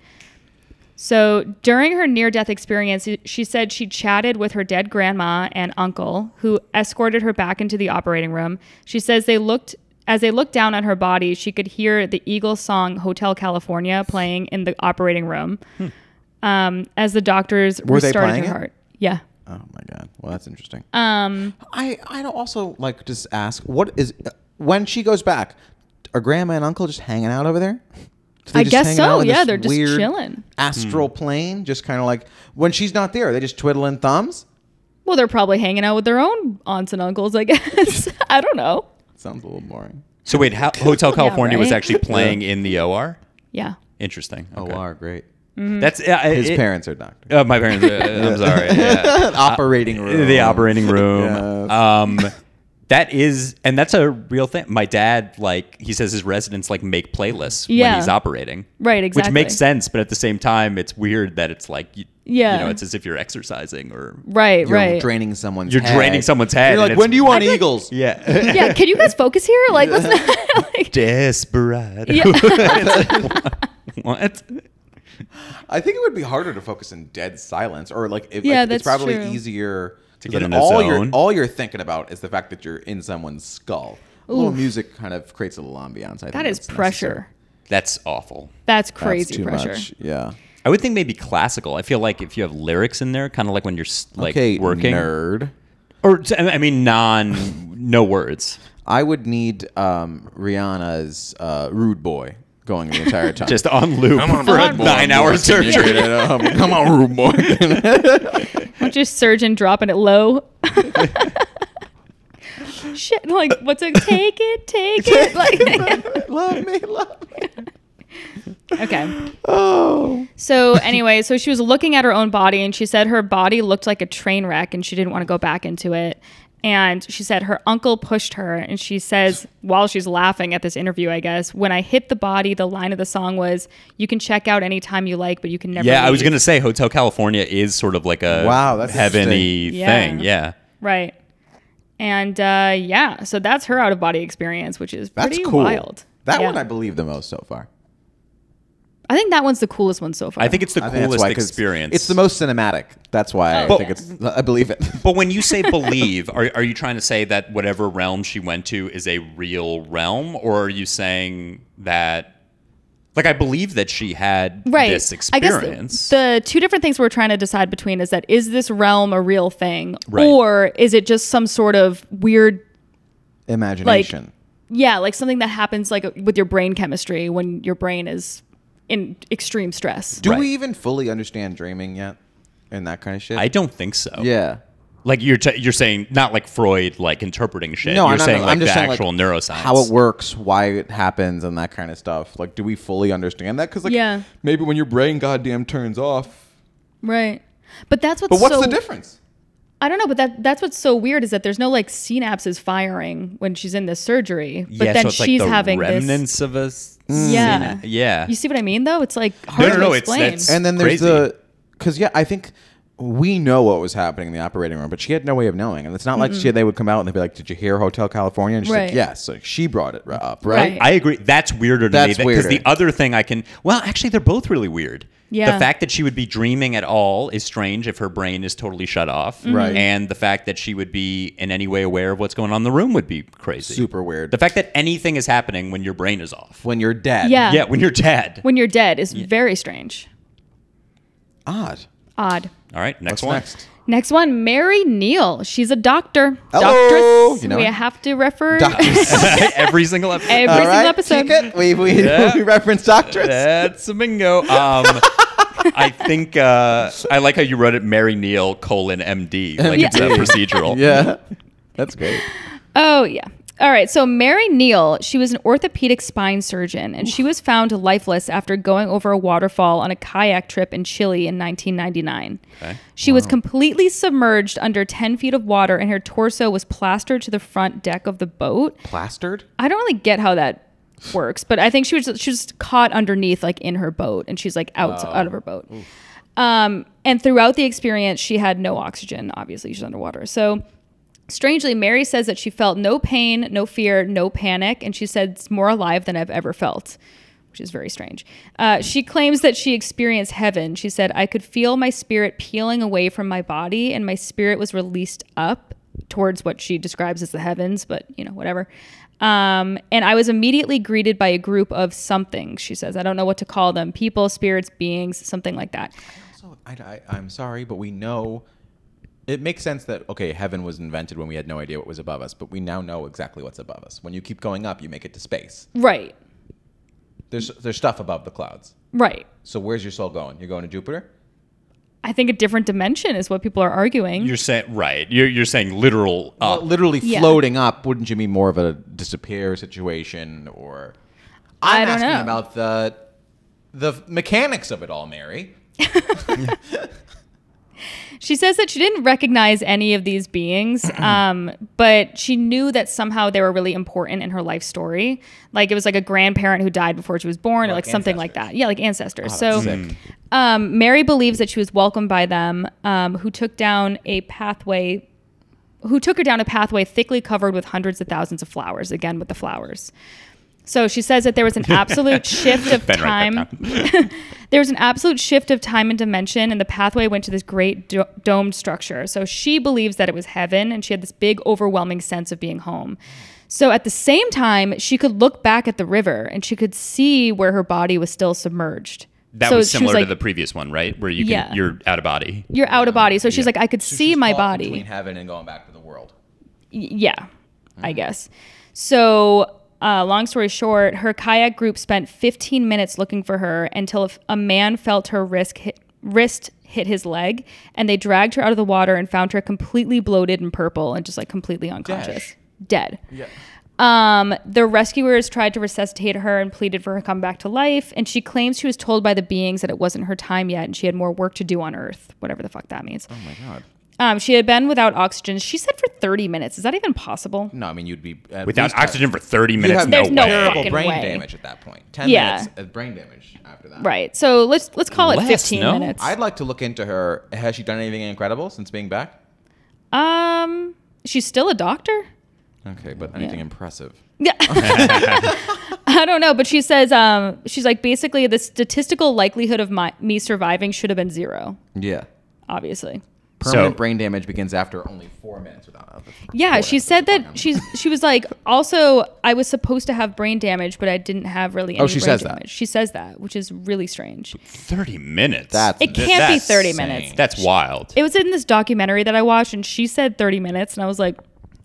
Speaker 3: So during her near death experience, she said she chatted with her dead grandma and uncle, who escorted her back into the operating room. She says they looked. As they looked down at her body, she could hear the Eagle song Hotel California playing in the operating room um, as the doctors
Speaker 1: Hmm. Were they
Speaker 3: restarted
Speaker 1: playing
Speaker 3: her
Speaker 1: it?
Speaker 3: heart. Yeah.
Speaker 1: Oh my god. Well, that's interesting.
Speaker 3: Um,
Speaker 1: I I don't also like to just ask what is when she goes back, are grandma and uncle just hanging out over there? Do they
Speaker 3: I
Speaker 1: just
Speaker 3: guess
Speaker 1: hanging
Speaker 3: so,
Speaker 1: out in
Speaker 3: yeah,
Speaker 1: this
Speaker 3: they're just
Speaker 1: weird
Speaker 3: chilling.
Speaker 1: Astral
Speaker 2: Hmm.
Speaker 1: plane, just kind of like when she's not there, they just twiddling thumbs.
Speaker 3: well, they're probably hanging out with their own aunts and uncles, I guess. I don't know.
Speaker 1: Sounds a little boring.
Speaker 2: So wait, how, Hotel California was
Speaker 3: right.
Speaker 2: actually playing in the OR?
Speaker 3: Yeah.
Speaker 2: Interesting.
Speaker 1: Oh,
Speaker 2: Okay.
Speaker 1: wow, great.
Speaker 3: Mm-hmm.
Speaker 2: That's uh,
Speaker 1: His
Speaker 2: it-
Speaker 1: parents are doctors. Uh,
Speaker 2: Uh, my parents. uh, I'm sorry. Yeah.
Speaker 1: operating room.
Speaker 2: The operating room.
Speaker 1: Yes.
Speaker 2: Um, that is, and that's a real thing. My dad, like, he says his residents like make playlists
Speaker 3: Yeah.
Speaker 2: when he's operating,
Speaker 3: Right, exactly.
Speaker 2: which makes sense. But at the same time, it's weird that it's like, you,
Speaker 3: Yeah.
Speaker 2: you know, it's as if you're exercising or
Speaker 3: Right,
Speaker 1: You're
Speaker 3: right.
Speaker 1: draining someone's.
Speaker 2: You're
Speaker 1: head.
Speaker 2: draining someone's head
Speaker 1: You're
Speaker 2: and
Speaker 1: like,
Speaker 2: it's-
Speaker 1: when do you want
Speaker 3: I feel like-
Speaker 1: eagles?
Speaker 2: yeah,
Speaker 3: yeah, can you guys focus here? Like, let's not. Like,
Speaker 2: desperate.
Speaker 3: yeah.
Speaker 2: what?
Speaker 1: I think it would be harder to focus in dead silence, or like, if,
Speaker 3: Yeah,
Speaker 1: like,
Speaker 3: that's
Speaker 1: it's probably
Speaker 3: true.
Speaker 1: easier to
Speaker 2: get in a
Speaker 1: all
Speaker 2: zone.
Speaker 1: You're, all you're thinking about is the fact that you're in someone's skull. A little music kind of creates a little ambiance. I think
Speaker 3: that is
Speaker 1: that's necessary.
Speaker 3: pressure.
Speaker 2: That's awful.
Speaker 3: That's
Speaker 1: That's
Speaker 3: crazy
Speaker 1: too
Speaker 3: pressure.
Speaker 1: much. Yeah.
Speaker 2: I would think maybe classical. I feel like if you have lyrics in there, kind of like when you're s- like
Speaker 1: okay,
Speaker 2: working,
Speaker 1: nerd.
Speaker 2: or t- I mean, non, no words.
Speaker 1: I would need um, Rihanna's uh, "Rude Boy" going the entire time.
Speaker 2: just on loop for a nine-hour surgery.
Speaker 1: Come on, rude boy.
Speaker 3: Bunch of surgeon dropping it low. Shit, like, what's it? Take it, take it. Like,
Speaker 1: love me, love me.
Speaker 3: okay.
Speaker 1: Oh.
Speaker 3: So anyway, so she was looking at her own body and she said her body looked like a train wreck and she didn't want to go back into it. And she said her uncle pushed her and she says while she's laughing at this interview, I guess, when I hit the body, the line of the song was, You can check out anytime you like, but you can never
Speaker 2: Yeah, I was
Speaker 3: leave."
Speaker 2: gonna say Hotel California is sort of like a
Speaker 1: Wow, that's
Speaker 2: heavenly
Speaker 3: interesting.
Speaker 2: thing.
Speaker 3: Yeah.
Speaker 2: Yeah.
Speaker 3: Right. And uh, yeah, so that's her out of body experience, which is
Speaker 1: That's
Speaker 3: pretty
Speaker 1: cool.
Speaker 3: wild.
Speaker 1: That
Speaker 3: Yeah.
Speaker 1: one I believe the most so far.
Speaker 3: I think that one's the coolest one so far.
Speaker 2: I think it's the
Speaker 1: I think that's
Speaker 2: coolest
Speaker 1: why, 'cause
Speaker 2: experience.
Speaker 1: It's the most cinematic. That's why
Speaker 3: Oh,
Speaker 1: I think
Speaker 3: yeah.
Speaker 1: it's. I believe it.
Speaker 2: But when you say believe, are, are you trying to say that whatever realm she went to is a real realm, or are you saying that? Like I believe that she had
Speaker 3: right.
Speaker 2: this
Speaker 3: I guess the-
Speaker 2: experience.
Speaker 3: the, two different things we're trying to decide between is that is this realm a real thing
Speaker 2: Right.
Speaker 3: or is it just some sort of weird
Speaker 1: Imagination.
Speaker 3: yeah, like something that happens like with your brain chemistry when your brain is in extreme stress.
Speaker 1: Do
Speaker 2: Right.
Speaker 1: we even fully understand dreaming yet? And that kind of shit.
Speaker 2: I don't think so.
Speaker 1: yeah.
Speaker 2: Like you're t- you're saying not like Freud like interpreting shit.
Speaker 1: No,
Speaker 2: you're
Speaker 1: I'm not-
Speaker 2: saying
Speaker 1: I'm
Speaker 2: like
Speaker 1: just
Speaker 2: the
Speaker 1: saying, like,
Speaker 2: actual neuroscience.
Speaker 1: How it works, why it happens, and that kind of stuff. Like, do we fully understand that? Because, like,
Speaker 3: Yeah.
Speaker 1: maybe when your brain goddamn turns off.
Speaker 3: Right. But that's what's
Speaker 1: But what's
Speaker 3: so
Speaker 1: the difference?
Speaker 3: I don't know, but that that's what's so weird is that there's no like synapses firing when she's in this surgery, but
Speaker 2: Yeah,
Speaker 3: then
Speaker 2: so it's
Speaker 3: she's
Speaker 2: like the
Speaker 3: having
Speaker 2: remnants of a s-
Speaker 3: this yeah.
Speaker 2: yeah.
Speaker 3: You see what I mean though? It's like hard
Speaker 2: no, no,
Speaker 3: to
Speaker 2: it's-
Speaker 3: explain.
Speaker 2: that's-
Speaker 1: And then there's
Speaker 2: Crazy.
Speaker 1: the because yeah, I think we know what was happening in the operating room, but she had no way of knowing. And it's not like she, they would come out and they'd be like, "Did you hear Hotel California?" And she's
Speaker 3: Right.
Speaker 1: like, "Yes." Like she brought it up, right?
Speaker 3: Right.
Speaker 2: I agree. That's weirder to
Speaker 1: That's
Speaker 2: me because the
Speaker 1: weirder.
Speaker 2: other thing I can well, actually, they're both really weird.
Speaker 3: Yeah.
Speaker 2: The fact that she would be dreaming at all is strange if her brain is totally shut off,
Speaker 3: Mm-hmm.
Speaker 1: Right.
Speaker 2: And the fact that she would be in any way aware of what's going on in the room would be crazy,
Speaker 1: Super weird.
Speaker 2: The fact that anything is happening when your brain is off,
Speaker 1: When you're dead,
Speaker 3: Yeah.
Speaker 2: yeah, when you're dead.
Speaker 3: When you're dead is very strange.
Speaker 1: odd.
Speaker 3: Odd.
Speaker 2: all right,
Speaker 1: What's
Speaker 2: next one.
Speaker 1: next?
Speaker 3: Next one, Mary Neal. She's a doctor.
Speaker 1: Hello.
Speaker 3: Doctress.
Speaker 1: You know
Speaker 3: we
Speaker 1: it.
Speaker 3: have to refer
Speaker 1: Doctors.
Speaker 2: Every single episode.
Speaker 3: every
Speaker 1: All
Speaker 3: single
Speaker 1: right,
Speaker 3: episode.
Speaker 1: Chica, we we,
Speaker 2: Yeah.
Speaker 1: we reference doctors.
Speaker 2: That's a bingo. Um, I think uh, I like how you wrote it, Mary Neal colon MD, like it's a
Speaker 3: Yeah.
Speaker 2: procedural.
Speaker 1: Yeah, that's great.
Speaker 3: Oh yeah. All right. So Mary Neal, she was an orthopedic spine surgeon, and she was found lifeless after going over a waterfall on a kayak trip in Chile in 1999. She was completely submerged under 10 feet of water, and her torso was plastered to the front deck of the boat.
Speaker 1: Plastered.
Speaker 3: I don't really get how that works, but I think she was she was caught underneath, like in her boat, and she's like out out of her boat. Um, and throughout the experience, she had no oxygen. Obviously, she's underwater. So strangely, Mary says that she felt no pain, no fear, no panic, and she said it's more alive than I've ever felt. Which is very strange. Uh, she claims that she experienced heaven. She said, I could feel my spirit peeling away from my body, and my spirit was released up towards what she describes as the heavens, but you know, whatever. Um, and I was immediately greeted by a group of something, she says. I don't know what to call them people, spirits, beings, something like that.
Speaker 1: So I, am sorry, but we know. It makes sense that okay, heaven was invented when we had no idea what was above us, but we now know exactly what's above us. When you keep going up, you make it to space.
Speaker 3: Right,
Speaker 1: There's there's stuff above the clouds.
Speaker 3: right.
Speaker 1: So where's your soul going? You're going to Jupiter?
Speaker 3: I think a different dimension is what people are arguing.
Speaker 2: You're saying right. You're, you're saying literal uh,
Speaker 1: Well,
Speaker 2: up.
Speaker 1: literally
Speaker 3: Yeah.
Speaker 1: floating up. Wouldn't you mean more of a disappear situation or? I'm
Speaker 3: I don't
Speaker 1: asking
Speaker 3: know.
Speaker 1: about the the mechanics of it all, Mary.
Speaker 3: She says that she didn't recognize any of these beings, um, but she knew that somehow they were really important in her life story. Like it was like a grandparent who died before she was born, or like
Speaker 1: Like
Speaker 3: something like
Speaker 1: ancestors.
Speaker 3: that.
Speaker 1: Oh,
Speaker 3: Yeah, like ancestors.
Speaker 1: that's
Speaker 3: so
Speaker 1: sick.
Speaker 3: um, Mary believes that she was welcomed by them, um, who took down a pathway. Who took her down a pathway thickly covered with hundreds of thousands of flowers? Again, with the flowers. So she says that there was an absolute shift of
Speaker 2: Ben, write
Speaker 3: time.
Speaker 2: that down.
Speaker 3: There was an absolute shift of time and dimension, and the pathway went to this great do- domed structure. So she believes that it was heaven, and she had this big, overwhelming sense of being home. So at the same time, she could look back at the river and she could see where her body was still submerged.
Speaker 2: That
Speaker 3: so
Speaker 2: was
Speaker 3: she
Speaker 2: similar
Speaker 3: like,
Speaker 2: to the previous one, right? Where you can,
Speaker 3: Yeah.
Speaker 2: you're out of body.
Speaker 3: You're out of body. So she's like, I could
Speaker 1: So
Speaker 3: see
Speaker 1: she's
Speaker 3: my
Speaker 1: caught
Speaker 3: body.
Speaker 1: between heaven and going back to the world.
Speaker 3: Y- yeah, I guess. So, uh, long story short, her kayak group spent 15 minutes looking for her until if a man felt her risk hit, wrist hit his leg, and they dragged her out of the water and found her completely bloated and purple and just like completely unconscious, dead.
Speaker 1: Yeah.
Speaker 3: Um, the rescuers tried to resuscitate her and pleaded for her to come back to life, and she claims she was told by the beings that it wasn't her time yet and she had more work to do on Earth, whatever the fuck that means.
Speaker 1: Oh my god.
Speaker 3: Um, she had been without oxygen. She said for 30 minutes. Is that even possible?
Speaker 1: No, I mean you'd be at
Speaker 2: Without
Speaker 1: least have-
Speaker 2: oxygen for 30
Speaker 1: You'd
Speaker 2: minutes,
Speaker 1: have
Speaker 2: no
Speaker 3: There's no
Speaker 2: way.
Speaker 3: fucking
Speaker 1: terrible brain
Speaker 3: way.
Speaker 1: damage at that point. Ten
Speaker 3: Yeah.
Speaker 1: minutes of brain damage after that.
Speaker 3: Right. So let's let's call it
Speaker 2: Less,
Speaker 3: 15
Speaker 2: no?
Speaker 3: minutes.
Speaker 1: I'd like to look into her. Has she done anything incredible since being back?
Speaker 3: um, she's still a doctor.
Speaker 1: Okay, but anything impressive?
Speaker 3: Yeah. I don't know, but she says um, she's like basically the statistical likelihood of my me surviving should have been zero,
Speaker 1: Yeah.
Speaker 3: obviously.
Speaker 1: Permanent
Speaker 2: So-
Speaker 1: brain damage begins after only four minutes without.
Speaker 3: Yeah, she said that
Speaker 1: she's.
Speaker 3: she's she was like also I was supposed to have brain damage, but I didn't have really any
Speaker 1: Oh, she
Speaker 3: brain
Speaker 1: says that.
Speaker 3: damage. She says that, which is really strange.
Speaker 2: 30 minutes.
Speaker 1: That's-
Speaker 3: It
Speaker 2: Th-
Speaker 3: can't be
Speaker 2: that's-
Speaker 3: 30
Speaker 1: insane.
Speaker 3: minutes.
Speaker 2: That's wild.
Speaker 3: It was in this documentary that I watched, and she said 30 minutes, and I was like,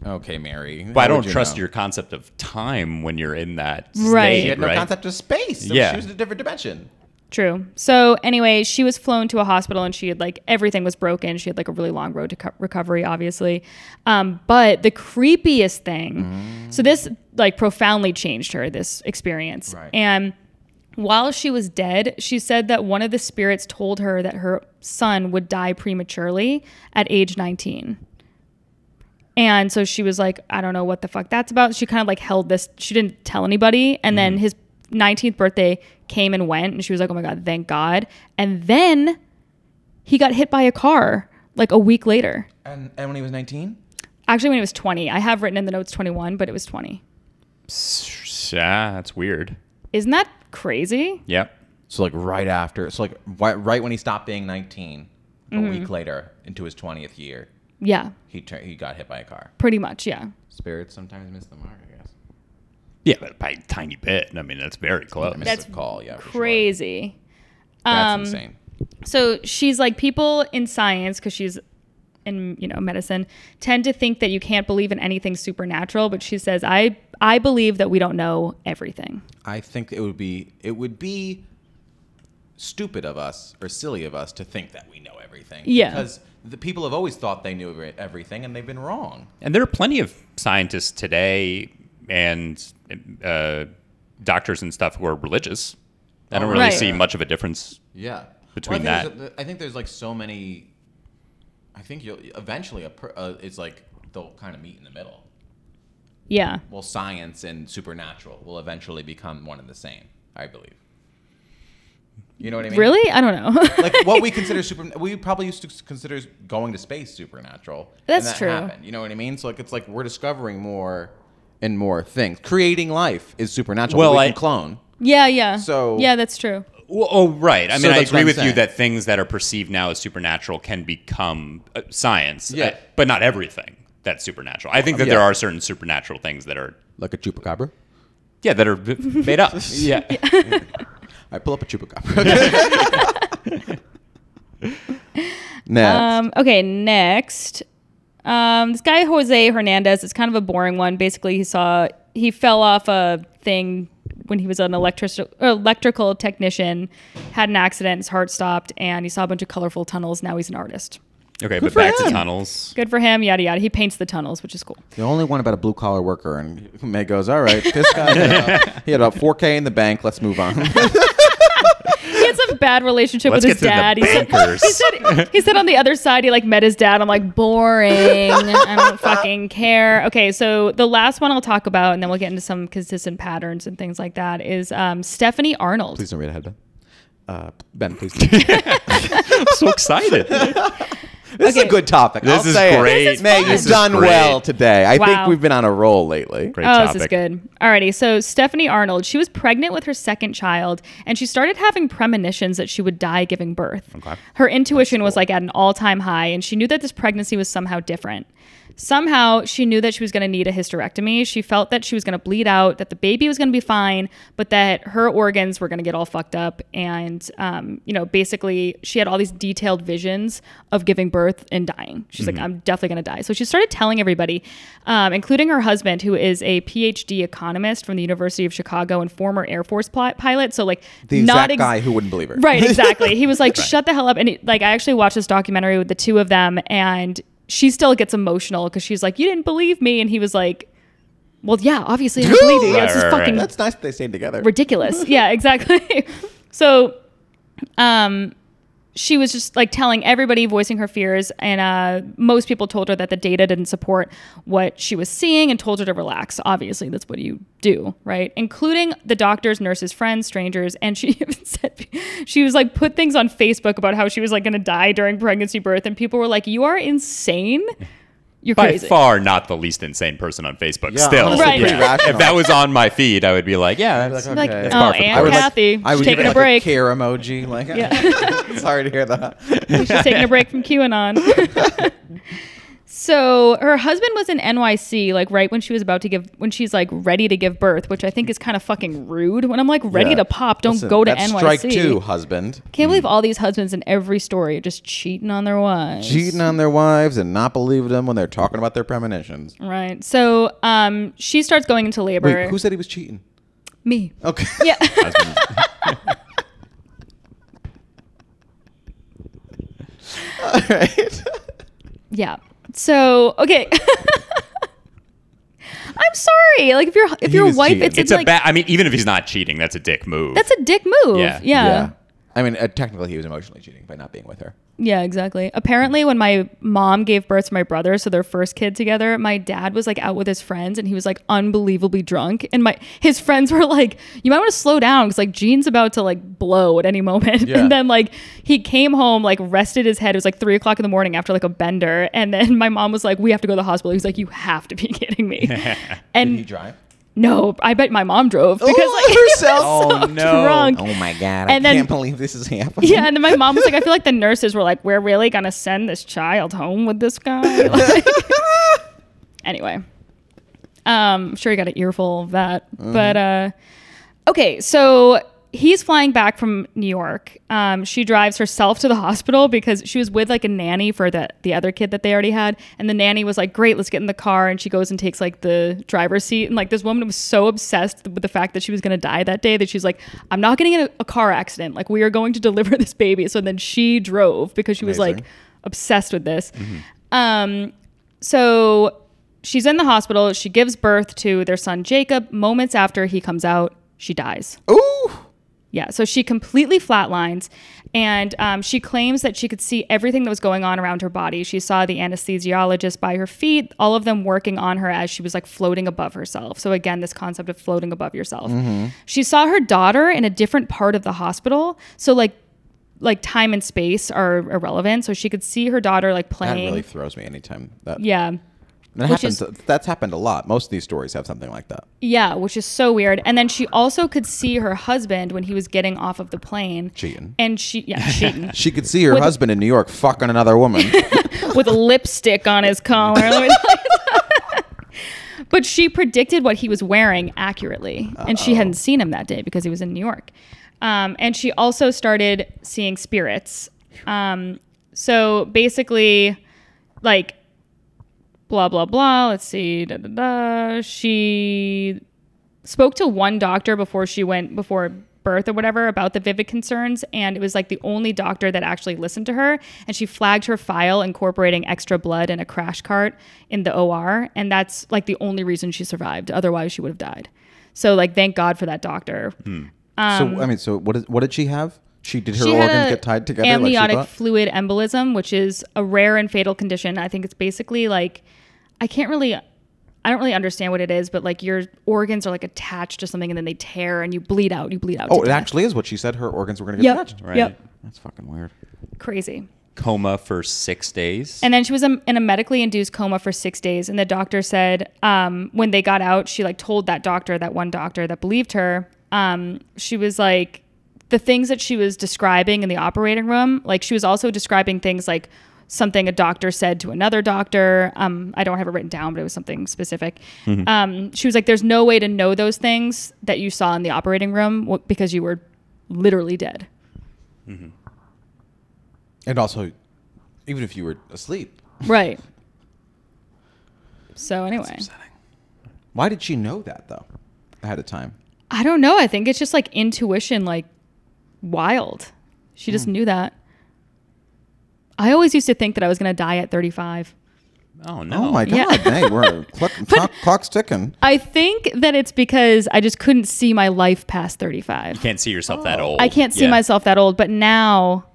Speaker 1: Okay, Mary.
Speaker 2: But I don't trust your concept of time when you're in that
Speaker 3: Right.
Speaker 2: state,
Speaker 1: She had no
Speaker 2: right?
Speaker 1: concept of space. So
Speaker 2: Yeah.
Speaker 1: She was in a different dimension.
Speaker 3: True. So anyway, she was flown to a hospital and she had like everything was broken. She had like a really long road to co- recovery, obviously. Um, but the creepiest thing, so this like profoundly changed her this experience.
Speaker 1: Right.
Speaker 3: And while she was dead, she said that one of the spirits told her that her son would die prematurely at age 19. And so she was like, I don't know what the fuck that's about. She kind of like held this, she didn't tell anybody. And
Speaker 1: Mm-hmm.
Speaker 3: then his 19th birthday came and went. And she was like, oh my God, thank God. And then He got hit by a car like a week later.
Speaker 1: And and when he was 19?
Speaker 3: Actually, when he was 20, I have written in the notes 21, but it was 20.
Speaker 2: Yeah, ah, that's weird.
Speaker 3: Isn't that crazy?
Speaker 2: Yep.
Speaker 1: So like right after, so like right, right when he stopped being 19,
Speaker 3: Mm-hmm.
Speaker 1: a week later into his 20th year,
Speaker 3: Yeah,
Speaker 1: he tur- he got hit by a car.
Speaker 3: pretty much. Yeah.
Speaker 1: Spirits sometimes miss the mark, I guess.
Speaker 2: Yeah, but by a tiny bit. I mean, that's very close.
Speaker 1: I missed
Speaker 3: That's
Speaker 1: the call, yeah. for sure.
Speaker 3: Crazy.
Speaker 1: That's
Speaker 3: um,
Speaker 1: insane.
Speaker 3: So she's like, people in science, because she's in you know medicine, tend to think that you can't believe in anything supernatural. But she says, I I believe that we don't know everything.
Speaker 1: I think it would be it would be stupid of us or silly of us to think that we know everything.
Speaker 3: Yeah.
Speaker 1: Because the people have always thought they knew every- everything and they've been wrong.
Speaker 2: And there are plenty of scientists today and uh, doctors and stuff who are religious. I don't
Speaker 1: Oh,
Speaker 2: really
Speaker 3: right.
Speaker 2: see much of a difference.
Speaker 1: Yeah.
Speaker 2: Between
Speaker 1: I
Speaker 2: that-
Speaker 1: think there's a- I think there's like so many. I think you'll eventually a per, uh, it's like they'll kind of meet in the middle.
Speaker 3: Yeah.
Speaker 1: Well, science and supernatural will eventually become one and the same. I believe. You know what I mean?
Speaker 3: Really? I don't know.
Speaker 1: Like what we consider super, we probably used to consider going to space supernatural. and
Speaker 3: That's
Speaker 1: that
Speaker 3: true.
Speaker 1: happened, you know what I mean? So like it's like we're discovering more and more things. Creating life is supernatural.
Speaker 2: Well,
Speaker 1: we
Speaker 2: I-
Speaker 1: can clone.
Speaker 3: yeah, yeah.
Speaker 1: So-
Speaker 3: yeah, that's true.
Speaker 2: Well, oh, right. I
Speaker 1: So
Speaker 2: mean, I
Speaker 1: that's what
Speaker 2: agree
Speaker 1: I'm
Speaker 2: with you
Speaker 1: saying.
Speaker 2: that things that are perceived now as supernatural can become uh, science, uh,
Speaker 1: Yeah.
Speaker 2: but not everything that's supernatural. I think that there
Speaker 1: Yeah.
Speaker 2: are certain supernatural things that are,
Speaker 1: Like a chupacabra.
Speaker 2: yeah, that are b- made up. yeah.
Speaker 1: I pull up a chupacabra. Next.
Speaker 3: Um, okay, next. Um, this guy Jose Hernandez. It's kind of a boring one. Basically, he saw he fell off a thing when he was an electric electrical technician, had an accident, his heart stopped, and he saw a bunch of colorful tunnels. Now he's an artist.
Speaker 2: Okay, but back to
Speaker 1: him.
Speaker 2: tunnels.
Speaker 3: Good for him. Yada yada. He paints the tunnels, which is cool.
Speaker 1: The only one about a blue collar worker, and May goes, "All right, this guy, uh, he had about 4K in the bank. Let's move on."
Speaker 3: He had some bad relationship
Speaker 2: Let's get
Speaker 3: with his
Speaker 2: to the
Speaker 3: dad. He said-
Speaker 2: bankers.
Speaker 3: he said he said on the other side he like met his dad. I'm like boring. I don't fucking care. Okay, so the last one I'll talk about, and then we'll get into some consistent patterns and things like that. Is um, Stephanie Arnold.
Speaker 1: please don't read ahead, Ben. Uh, ben, please.
Speaker 2: I'm so excited.
Speaker 3: Oh,
Speaker 1: This is a
Speaker 3: Okay.
Speaker 1: good topic.
Speaker 2: This
Speaker 1: I'll
Speaker 2: is
Speaker 1: say it.
Speaker 2: great.
Speaker 3: This is
Speaker 1: May,
Speaker 3: fun.
Speaker 1: you've
Speaker 3: This is
Speaker 1: done
Speaker 2: great.
Speaker 1: well today. I think
Speaker 3: Wow.
Speaker 1: we've been on a roll lately.
Speaker 2: Great
Speaker 3: oh,
Speaker 2: topic.
Speaker 3: this is good. Alrighty, so Stephanie Arnold, she was pregnant with her second child, and she started having premonitions that she would die giving birth.
Speaker 2: Okay.
Speaker 3: Her intuition was like at an all-time high, and she knew that this pregnancy was somehow different. Somehow, she knew that she was going to need a hysterectomy. She felt that she was going to bleed out, that the baby was going to be fine, but that her organs were going to get all fucked up. And, um, you know, basically, she had all these detailed visions of giving birth and dying. She's
Speaker 1: Mm-hmm.
Speaker 3: like, I'm definitely going to die. So she started telling everybody, um, including her husband, who is a PhD economist from the University of Chicago and former Air Force pli- pilot. So, like,
Speaker 1: The exact
Speaker 3: not ex-
Speaker 1: guy who wouldn't believe her.
Speaker 3: Right, exactly. He was like, shut the hell up. And it, like, I actually watched this documentary with the two of them, and she still gets emotional because she's like, you didn't believe me. And he was like, well, yeah, obviously I didn't believe you.
Speaker 2: Right,
Speaker 3: This is
Speaker 2: right,
Speaker 3: fucking
Speaker 2: right.
Speaker 1: That's nice that they stayed together.
Speaker 3: ridiculous. yeah, exactly. so, um, she was just like telling everybody, voicing her fears, and uh, most people told her that the data didn't support what she was seeing and told her to relax. Obviously, that's what you do, right? Including the doctors, nurses, friends, strangers, and she even said she was like put things on Facebook about how she was like going to die during pregnancy birth, and people were like, "You are insane." You're
Speaker 2: By
Speaker 3: crazy.
Speaker 2: far, not the least insane person on Facebook.
Speaker 1: Yeah,
Speaker 2: still,
Speaker 1: honestly,
Speaker 3: Right. pretty
Speaker 2: if
Speaker 1: rational.
Speaker 2: that was on my feed, I would be like, yeah, that's,
Speaker 3: Like,
Speaker 1: Okay.
Speaker 3: oh,
Speaker 2: par for the
Speaker 3: and
Speaker 2: course.
Speaker 3: Kathy,
Speaker 1: I
Speaker 3: she's
Speaker 1: would give it
Speaker 3: taking a
Speaker 1: like
Speaker 3: break.
Speaker 1: care emoji. Like, sorry to hear that.
Speaker 3: She's taking a break from QAnon. so her husband was in NYC, like right when she was about to give, when she's like ready to give birth, which I think is kind of fucking rude. When I'm like ready
Speaker 1: Yeah.
Speaker 3: to pop, don't
Speaker 1: Listen,
Speaker 3: go to
Speaker 1: that's
Speaker 3: NYC.
Speaker 1: Strike two, husband.
Speaker 3: Can't believe all these husbands in every story are just cheating on their wives.
Speaker 1: Cheating on their wives and not believing them when they're talking about their premonitions.
Speaker 3: Right. So um, she starts going into labor.
Speaker 1: Wait, who said he was cheating?
Speaker 3: Me.
Speaker 1: Okay.
Speaker 3: Yeah.
Speaker 1: All right.
Speaker 3: yeah. So okay. I'm sorry. Like if your if
Speaker 1: He
Speaker 3: your
Speaker 1: was
Speaker 3: wife,
Speaker 1: cheating.
Speaker 3: it's,
Speaker 2: It's
Speaker 3: in,
Speaker 2: a
Speaker 3: like
Speaker 2: bad. I mean, even if he's not cheating, that's a dick move.
Speaker 3: that's a dick move.
Speaker 2: Yeah.
Speaker 3: yeah.
Speaker 1: I mean, uh, technically, he was emotionally cheating by not being with her.
Speaker 3: Yeah, exactly. Apparently, when my mom gave birth to my brother, so their first kid together, my dad was like out with his friends, and he was like unbelievably drunk, and my his friends were like, "You might want to slow down because like Gene's about to like blow at any moment."
Speaker 1: Yeah.
Speaker 3: And then like he came home, like rested his head. It was like three o'clock in the morning after like a bender, and then my mom was like, "We have to go to the hospital." He was like, "You have to be kidding me!"
Speaker 1: Did he
Speaker 3: and
Speaker 1: drive?
Speaker 3: no, I bet my mom drove because
Speaker 1: Ooh,
Speaker 3: like he was
Speaker 1: herself?
Speaker 3: so
Speaker 2: Oh, no.
Speaker 3: drunk.
Speaker 1: Oh my god! I
Speaker 3: And then-
Speaker 1: can't believe this is happening.
Speaker 3: Yeah, and then my mom was like, I feel like the nurses were like, we're really gonna send this child home with this guy. Like- anyway, um, I'm sure he got an earful of that. But uh, okay, so he's flying back from New York. Um, she drives herself to the hospital because she was with like a nanny for the the other kid that they already had, and the nanny was like, "Great, let's get in the car." And she goes and takes like the driver's seat, and like this woman was so obsessed with the fact that she was gonna die that day that she's like, "I'm not getting in a, a car accident. Like we are going to deliver this baby." So then she drove because she was
Speaker 1: Amazing.
Speaker 3: like obsessed with this. Um, so she's in the hospital. She gives birth to their son Jacob. Moments after he comes out, she dies.
Speaker 1: Ooh.
Speaker 3: Yeah, so she completely flatlines, and um, she claims that she could see everything that was going on around her body. She saw the anesthesiologist by her feet, all of them working on her as she was like floating above herself. So again, this concept of floating above yourself.
Speaker 1: Mm-hmm.
Speaker 3: She saw her daughter in a different part of the hospital. So like, like time and space are irrelevant. So she could see her daughter like
Speaker 1: That
Speaker 3: playing.
Speaker 1: really throws me anytime. That,
Speaker 3: yeah.
Speaker 1: that
Speaker 3: Which
Speaker 1: happens.
Speaker 3: is-
Speaker 1: that's happened a lot. Most of these stories have something like that.
Speaker 3: Yeah, which is so weird. And then she also could see her husband when he was getting off of the plane.
Speaker 1: Cheating.
Speaker 3: And she, yeah, cheating.
Speaker 1: She could see her
Speaker 3: With-
Speaker 1: husband in New York fucking another woman.
Speaker 3: with lipstick on his collar. Let me tell you that. but she predicted what he was wearing accurately, and she hadn't seen him that day because he was in New York. Um, and she also started seeing spirits. Um, so basically, like, blah blah blah. Let's see, da da da. She spoke to one doctor before she went before birth or whatever about the vivid concerns and it was like the only doctor that actually listened to her and she flagged her file incorporating extra blood in a crash cart in the OR and that's like the only reason she survived otherwise she would have died so like thank god for that doctor
Speaker 1: Hmm. so I mean, so what? Is, what did she have? She did her
Speaker 3: Um, she
Speaker 1: organs
Speaker 3: had a
Speaker 1: get tied together?
Speaker 3: Amniotic
Speaker 1: like she thought?
Speaker 3: fluid embolism, which is a rare and fatal condition. I think it's basically like I can't really I don't really understand what it is, but like your organs are like attached to something and then they tear and you bleed out, you bleed out.
Speaker 1: Oh,
Speaker 3: to
Speaker 1: it
Speaker 3: death.
Speaker 1: actually is what she said. Her organs were going to get
Speaker 3: Yep.
Speaker 1: attached.
Speaker 2: Right.
Speaker 3: Yep.
Speaker 1: That's fucking weird.
Speaker 3: Crazy.
Speaker 2: Coma for six days.
Speaker 3: And then she was in in a medically induced coma for six days. And the doctor said, um, when they got out, she like told that doctor, that one doctor that believed her, um, she was like, the things that she was describing in the operating room, like she was also describing things like something a doctor said to another doctor. Um, I don't have it written down, but it was something specific. Um, she was like, there's no way to know those things that you saw in the operating room w- because you were literally dead.
Speaker 1: And also, even if you were asleep,
Speaker 3: Right. So anyway.
Speaker 1: why did she know that though? Ahead of time.
Speaker 3: I don't know. I think it's just like intuition, like wild. She
Speaker 1: Hmm.
Speaker 3: just knew that. I always used to think that I was going to die at 35.
Speaker 2: oh no!
Speaker 1: Oh my
Speaker 3: Yeah.
Speaker 1: god! hey, we're clock, clock, clock's ticking.
Speaker 3: I think that it's because I just couldn't see my life past 35.
Speaker 2: Can't see yourself that old.
Speaker 3: Oh. I can't see
Speaker 2: Yeah.
Speaker 3: myself that old, but now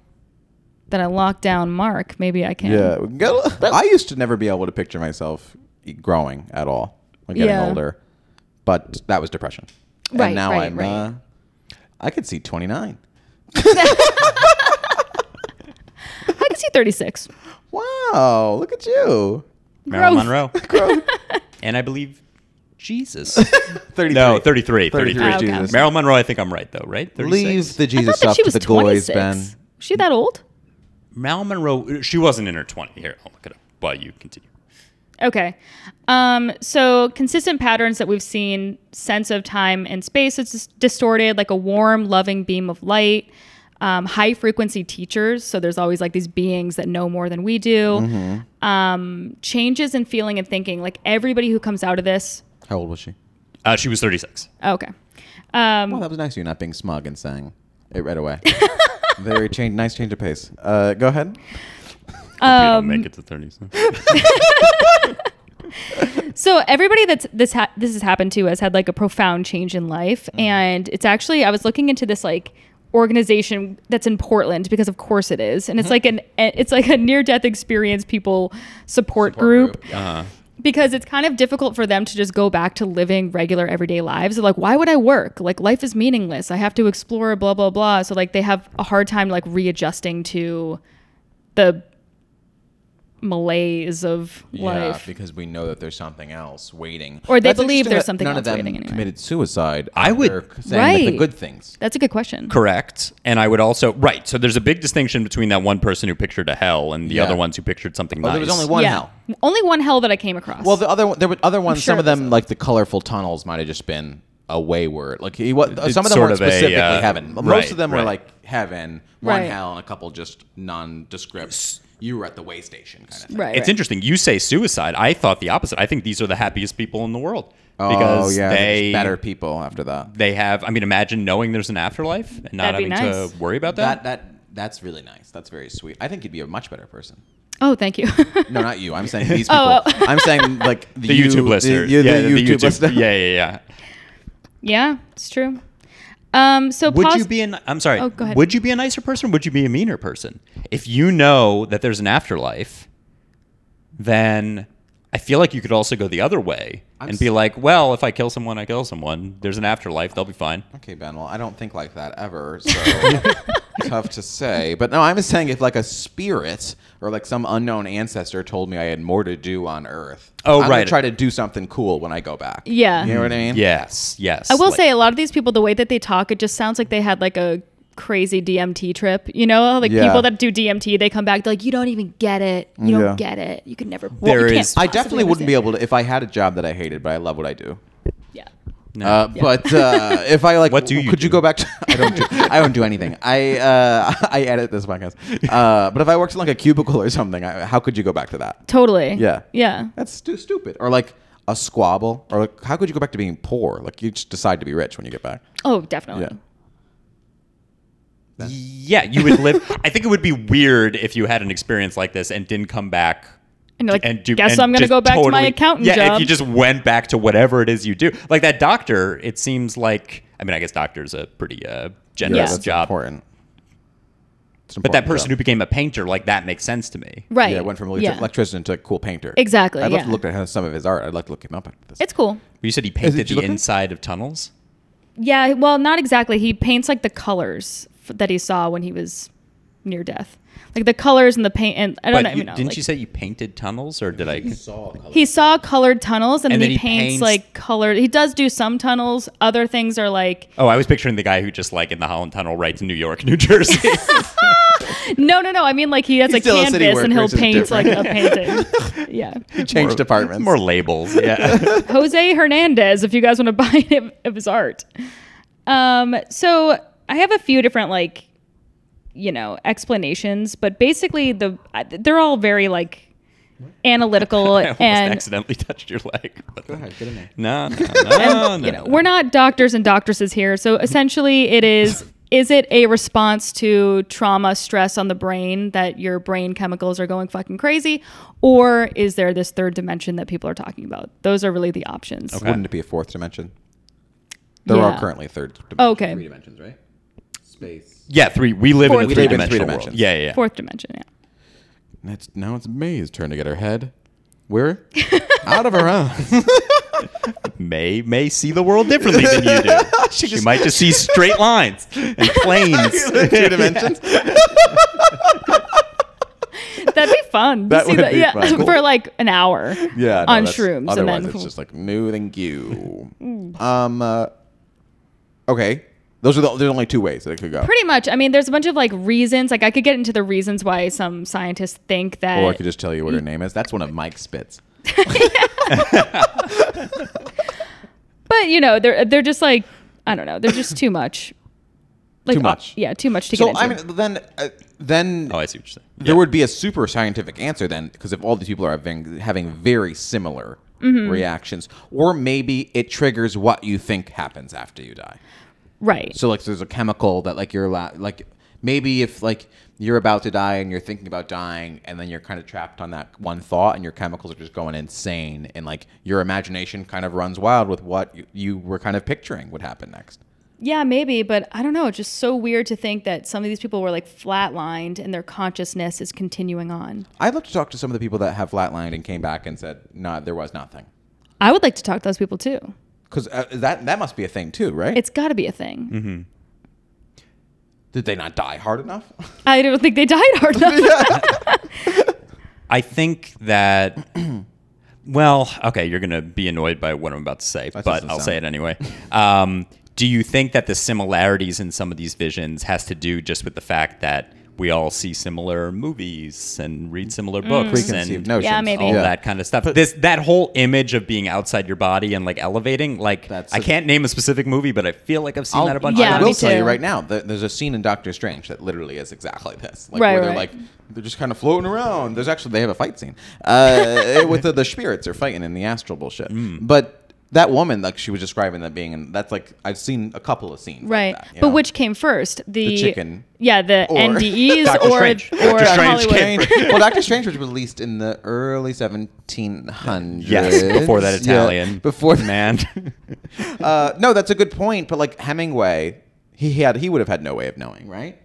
Speaker 3: that I locked down Mark, maybe I can.
Speaker 1: Yeah, go- I used to never be able to picture myself growing at all, like getting
Speaker 3: Yeah.
Speaker 1: older. But that was depression.
Speaker 3: Right,
Speaker 1: and now
Speaker 3: right,
Speaker 1: I'm.
Speaker 3: right.
Speaker 1: Uh, I could see 29.
Speaker 3: I can see 36.
Speaker 1: Wow! Look at you.
Speaker 2: Marilyn
Speaker 3: Growth.
Speaker 2: Monroe.
Speaker 1: Grow-
Speaker 2: and I believe Jesus.
Speaker 1: 33.
Speaker 2: no, 33. 33.
Speaker 1: 33,
Speaker 3: Oh, okay.
Speaker 1: Jesus.
Speaker 2: Marilyn Monroe, I think I'm right, though, right? 36?
Speaker 1: Leave the
Speaker 3: I
Speaker 1: Jesus
Speaker 3: thought that
Speaker 1: stuff
Speaker 3: she
Speaker 1: to
Speaker 3: was
Speaker 1: the
Speaker 3: 26.
Speaker 1: goys, Ben.
Speaker 3: Is she that old?
Speaker 2: Marilyn Monroe, she wasn't in her 20s. Here, I'll look it up while you continue.
Speaker 3: Okay. Um, so consistent patterns that we've seen, sense of time and space is dis- distorted, like a warm, loving beam of light. Um, high frequency teachers, so there's always like these beings that know more than we do. Um, changes in feeling and thinking, like everybody who comes out of this.
Speaker 1: How old was she?
Speaker 2: Uh, she was 36.
Speaker 3: Okay. Um,
Speaker 1: Well, that was nice of you not being smug and saying it right away. Very change, nice change of pace. Uh, go ahead.
Speaker 2: Um, we don't make it to 30s.
Speaker 3: So everybody that's this ha- Mm-hmm. this has happened to has had like a profound change in life, and it's actually I was looking into this like organization that's in Portland because of course it is, and it's like an it's like a near death experience people support, group
Speaker 2: Uh-huh.
Speaker 3: because it's kind of difficult for them to just go back to living regular everyday lives. They're like, why would I work? Like life is meaningless. I have to explore blah blah blah. So like they have a hard time like readjusting to the malaise of
Speaker 1: Yeah,
Speaker 3: life.
Speaker 1: because we know that there's something else waiting.
Speaker 3: Or they
Speaker 1: That's
Speaker 3: believe
Speaker 1: interesting
Speaker 3: there's
Speaker 1: that
Speaker 3: something
Speaker 1: none
Speaker 3: else
Speaker 1: of them
Speaker 3: waiting anyway.
Speaker 1: committed suicide.
Speaker 2: I would-
Speaker 1: They're saying that the
Speaker 3: Right.
Speaker 1: good things.
Speaker 3: That's a good question.
Speaker 2: Correct. And I would also right. So there's a big distinction between that one person who pictured a hell and the
Speaker 1: Yeah.
Speaker 2: other ones who pictured something
Speaker 1: Oh,
Speaker 2: nice.
Speaker 1: there was only one
Speaker 3: yeah.
Speaker 1: hell.
Speaker 3: Only one hell that I came across.
Speaker 1: Well, the other one, there were other ones.
Speaker 3: sure
Speaker 1: some of
Speaker 3: it was
Speaker 1: them, like the colorful tunnels, might have just been a wayward. Like he was.
Speaker 2: It's
Speaker 1: some of them
Speaker 2: sort
Speaker 1: weren't
Speaker 2: of a,
Speaker 1: specifically
Speaker 2: uh,
Speaker 1: heaven. Most
Speaker 2: right,
Speaker 1: of them were
Speaker 2: right.
Speaker 1: like heaven, one
Speaker 3: Right.
Speaker 1: hell, and a couple just nondescript. You were at the way station, kind of thing.
Speaker 3: right.
Speaker 2: It's
Speaker 3: right.
Speaker 2: interesting. You say suicide. I thought the opposite. I think these are the happiest people in the world because they
Speaker 1: Oh, there's better people after that.
Speaker 2: They have. I mean, imagine knowing there's an afterlife and not
Speaker 3: That'd
Speaker 2: having
Speaker 3: be nice.
Speaker 2: to worry about
Speaker 1: That
Speaker 2: that.
Speaker 1: that that's really nice. That's very sweet. I think you'd be a much better person.
Speaker 3: Oh, thank you.
Speaker 1: No, not you. I'm saying these people.
Speaker 3: Oh, oh.
Speaker 1: I'm saying like the,
Speaker 2: The
Speaker 1: you-
Speaker 2: YouTube listener.
Speaker 1: The, you- the
Speaker 2: yeah,
Speaker 1: YouTube, listener.
Speaker 2: Yeah, yeah, yeah.
Speaker 3: yeah, it's true. Um, so
Speaker 2: Would
Speaker 3: pos-
Speaker 2: you be an? I'm sorry.
Speaker 3: Oh, go ahead.
Speaker 2: Would you be a nicer person? Would you be a meaner person? If you know that there's an afterlife, then I feel like you could also go the other way
Speaker 1: I'm
Speaker 2: and be
Speaker 1: s-
Speaker 2: like, well, if I kill someone, I kill someone. There's an afterlife. They'll be fine.
Speaker 1: Okay, Ben. Well, I don't think like that ever, so tough to say. But no, I'm just saying if like a spirit or like some unknown ancestor told me I had more to do on Earth.
Speaker 2: Oh,
Speaker 1: I'm Gonna
Speaker 2: right.
Speaker 1: try to do something cool when I go back.
Speaker 3: Yeah.
Speaker 1: You know what I mean?
Speaker 2: Yes, yes.
Speaker 3: I will
Speaker 2: Like-
Speaker 3: say a lot of these people, the way that they talk, it just sounds like they had like a crazy DMT trip. You know, like
Speaker 1: Yeah.
Speaker 3: people that do DMT, they come back, they're like, you don't even get it. You
Speaker 1: Yeah.
Speaker 3: don't get it. You could never. Well,
Speaker 2: There
Speaker 3: you
Speaker 2: is-
Speaker 1: I definitely wouldn't be able to if I had a job that I hated, but I love what I do.
Speaker 3: Yeah.
Speaker 2: No.
Speaker 1: Uh, But uh, if I like,
Speaker 2: What do you
Speaker 1: could you
Speaker 2: do?
Speaker 1: go back? To, I don't. Do, I don't do anything. I uh, I edit this podcast. Uh, but if I worked in like a cubicle or something, I, how could you go back to that?
Speaker 3: Totally.
Speaker 1: Yeah.
Speaker 3: Yeah.
Speaker 1: That's stu- stupid. Or like a squabble. Or like, how could you go back to being poor? Like, you just decide to be rich when you get back.
Speaker 3: Oh, definitely.
Speaker 1: Yeah.
Speaker 2: Yeah, you would live. I think it would be weird if you had an experience like this and didn't come back.
Speaker 3: And you're like,
Speaker 2: do-
Speaker 3: guess I'm gonna
Speaker 2: just
Speaker 3: go back to my accountant
Speaker 2: yeah,
Speaker 3: job.
Speaker 2: if you just went back to whatever it is you do, like that doctor, it seems like. I mean, I guess doctor's a pretty uh, generous
Speaker 3: Yeah.
Speaker 1: that's
Speaker 2: job,
Speaker 1: important. It's an
Speaker 2: but that
Speaker 1: important
Speaker 2: person who
Speaker 1: job.
Speaker 2: became a painter, like that makes sense to me.
Speaker 3: Right.
Speaker 1: yeah went from electri-
Speaker 3: Yeah.
Speaker 1: electrician to cool painter.
Speaker 3: Exactly,
Speaker 1: I'd love
Speaker 3: yeah.
Speaker 1: to look at some of his art. I'd like to look him up. At this.
Speaker 3: It's cool.
Speaker 2: You said he painted
Speaker 1: did you
Speaker 2: the
Speaker 1: look at it?
Speaker 2: inside of tunnels.
Speaker 3: Yeah. Well, not exactly. He paints like the colors f- that he saw when he was near death, like the colors and the paint. And I don't
Speaker 2: but
Speaker 3: know.
Speaker 2: you,
Speaker 3: know,
Speaker 2: didn't
Speaker 3: like-
Speaker 2: you say you painted tunnels, or did I?
Speaker 3: He saw colored tunnels and,
Speaker 2: And
Speaker 3: then,
Speaker 2: then
Speaker 3: he,
Speaker 2: he
Speaker 3: paints,
Speaker 2: paints-
Speaker 3: like colored. He does do some tunnels. Other things are like
Speaker 2: Oh, I was picturing the guy who just like in the Holland Tunnel writes New York, New Jersey.
Speaker 3: no, no, no. I mean like he has
Speaker 1: He's
Speaker 3: a
Speaker 1: still a city
Speaker 3: canvas
Speaker 1: worker,
Speaker 3: and he'll
Speaker 1: which is
Speaker 3: paint like a
Speaker 1: different.
Speaker 3: painting. yeah,
Speaker 1: Change departments.
Speaker 2: more labels. Yeah.
Speaker 3: Jose Hernandez. If you guys want to buy him of his art, um, so I have a few different like you know explanations, but basically the I- they're all very like analytical
Speaker 2: I almost
Speaker 3: and
Speaker 2: accidentally touched your leg. but
Speaker 1: Go ahead, get in there.
Speaker 2: No, no, no, no.
Speaker 3: you know, we're not doctors and doctresses here. So essentially, it is is it a response to trauma, stress on the brain that your brain chemicals are going fucking crazy, or is there this third dimension that people are talking about? Those are really the options.
Speaker 2: Okay.
Speaker 1: Wouldn't it be a fourth dimension? There
Speaker 3: Yeah.
Speaker 1: are currently third. Dim-
Speaker 3: Okay.
Speaker 1: Three dimensions, right? Space.
Speaker 2: Yeah, three. We live
Speaker 3: Fourth
Speaker 2: in a
Speaker 3: We
Speaker 2: three
Speaker 3: live in
Speaker 1: three
Speaker 2: dimensional world.
Speaker 1: dimensions.
Speaker 2: Yeah, yeah. yeah.
Speaker 3: Fourth dimension, yeah.
Speaker 1: That's now it's May's turn to get her head. We're out of her own.
Speaker 2: May may see the world differently than you do. she might just see straight lines and planes.
Speaker 1: Two dimensions.
Speaker 3: That'd be fun. to
Speaker 1: That
Speaker 3: see
Speaker 1: would be
Speaker 3: yeah,
Speaker 1: fun.
Speaker 3: for like an hour.
Speaker 1: yeah, no,
Speaker 3: on
Speaker 1: that's-
Speaker 3: shrooms, and
Speaker 1: Otherwise,
Speaker 3: then Hmm.
Speaker 1: it's just like no, thank you. um, uh, okay, those are the there's only two ways that it could go.
Speaker 3: pretty much. I mean, there's a bunch of like reasons. Like I could get into the reasons why some scientists think that.
Speaker 1: or I could just tell you what her name is. That's one of Mike's spits.
Speaker 3: but you know, they're they're just like I don't know. They're just too much. Like, uh,
Speaker 1: Too much.
Speaker 3: yeah, too much to
Speaker 1: So
Speaker 3: get
Speaker 1: I
Speaker 3: into.
Speaker 1: mean, then uh, then
Speaker 2: Oh, I see what you're saying.
Speaker 1: there would be a super scientific answer then, because if all these people are having having very similar reactions, or maybe it triggers what you think happens after you die.
Speaker 3: right.
Speaker 1: So like, there's a chemical that like you're la- like maybe if like you're about to die and you're thinking about dying, and then you're kind of trapped on that one thought, and your chemicals are just going insane, and like your imagination kind of runs wild with what you, you were kind of picturing would happen next.
Speaker 3: Yeah, maybe, but I don't know. It's just so weird to think that some of these people were like flatlined and their consciousness is continuing on.
Speaker 1: I'd love to talk to some of the people that have flatlined and came back and said, "No, there was nothing,"
Speaker 3: I would like to talk to those people too.
Speaker 1: because uh, that that must be a thing too, right?
Speaker 3: It's got to be a thing.
Speaker 1: Mm-hmm. Did they not die hard enough?
Speaker 3: I don't think they died hard enough.
Speaker 2: I think that. Well, okay, you're gonna be annoyed by what I'm about to say,
Speaker 1: That
Speaker 2: but
Speaker 1: doesn't
Speaker 2: I'll
Speaker 1: sound-
Speaker 2: say it anyway. Um, do you think that the similarities in some of these visions has to do just with the fact that we all see similar movies and read similar books
Speaker 1: Mm. Preconceived
Speaker 2: and
Speaker 1: notions.
Speaker 3: Yeah, maybe.
Speaker 2: all that kind of stuff? this that whole image of being outside your body and like elevating, like I
Speaker 1: That's
Speaker 2: I
Speaker 1: a-
Speaker 2: can't name a specific movie, but I feel like I've seen
Speaker 1: I'll-
Speaker 2: that a bunch.
Speaker 3: Yeah,
Speaker 1: I
Speaker 2: of
Speaker 1: will
Speaker 3: me
Speaker 2: times.
Speaker 1: tell you
Speaker 3: too.
Speaker 1: right now. Th- there's a scene in Doctor Strange that literally is exactly this. Like,
Speaker 3: Right,
Speaker 1: where they're
Speaker 3: right.
Speaker 1: like they're just kind of floating around. There's actually they have a fight scene uh, with the, the spirits are fighting in the astral bullshit.
Speaker 3: Mm.
Speaker 1: But that woman, like she was describing that being, and that's like I've seen a couple of scenes. like
Speaker 3: right.
Speaker 1: that, you
Speaker 3: but
Speaker 1: know?
Speaker 3: which came first? The,
Speaker 1: chicken.
Speaker 3: Yeah, the
Speaker 1: Or-
Speaker 3: NDEs
Speaker 2: Doctor
Speaker 3: or
Speaker 2: Strange.
Speaker 3: or uh,
Speaker 2: Doctor Strange
Speaker 3: Hollywood.
Speaker 2: came
Speaker 1: Strange- well, Doctor Strange was released in the early 1700s.
Speaker 2: Yes, before that
Speaker 1: Yeah,
Speaker 2: Italian
Speaker 1: before that.
Speaker 2: man.
Speaker 1: Uh, no, that's a good point. But like Hemingway, he had he would have had no way of knowing, right?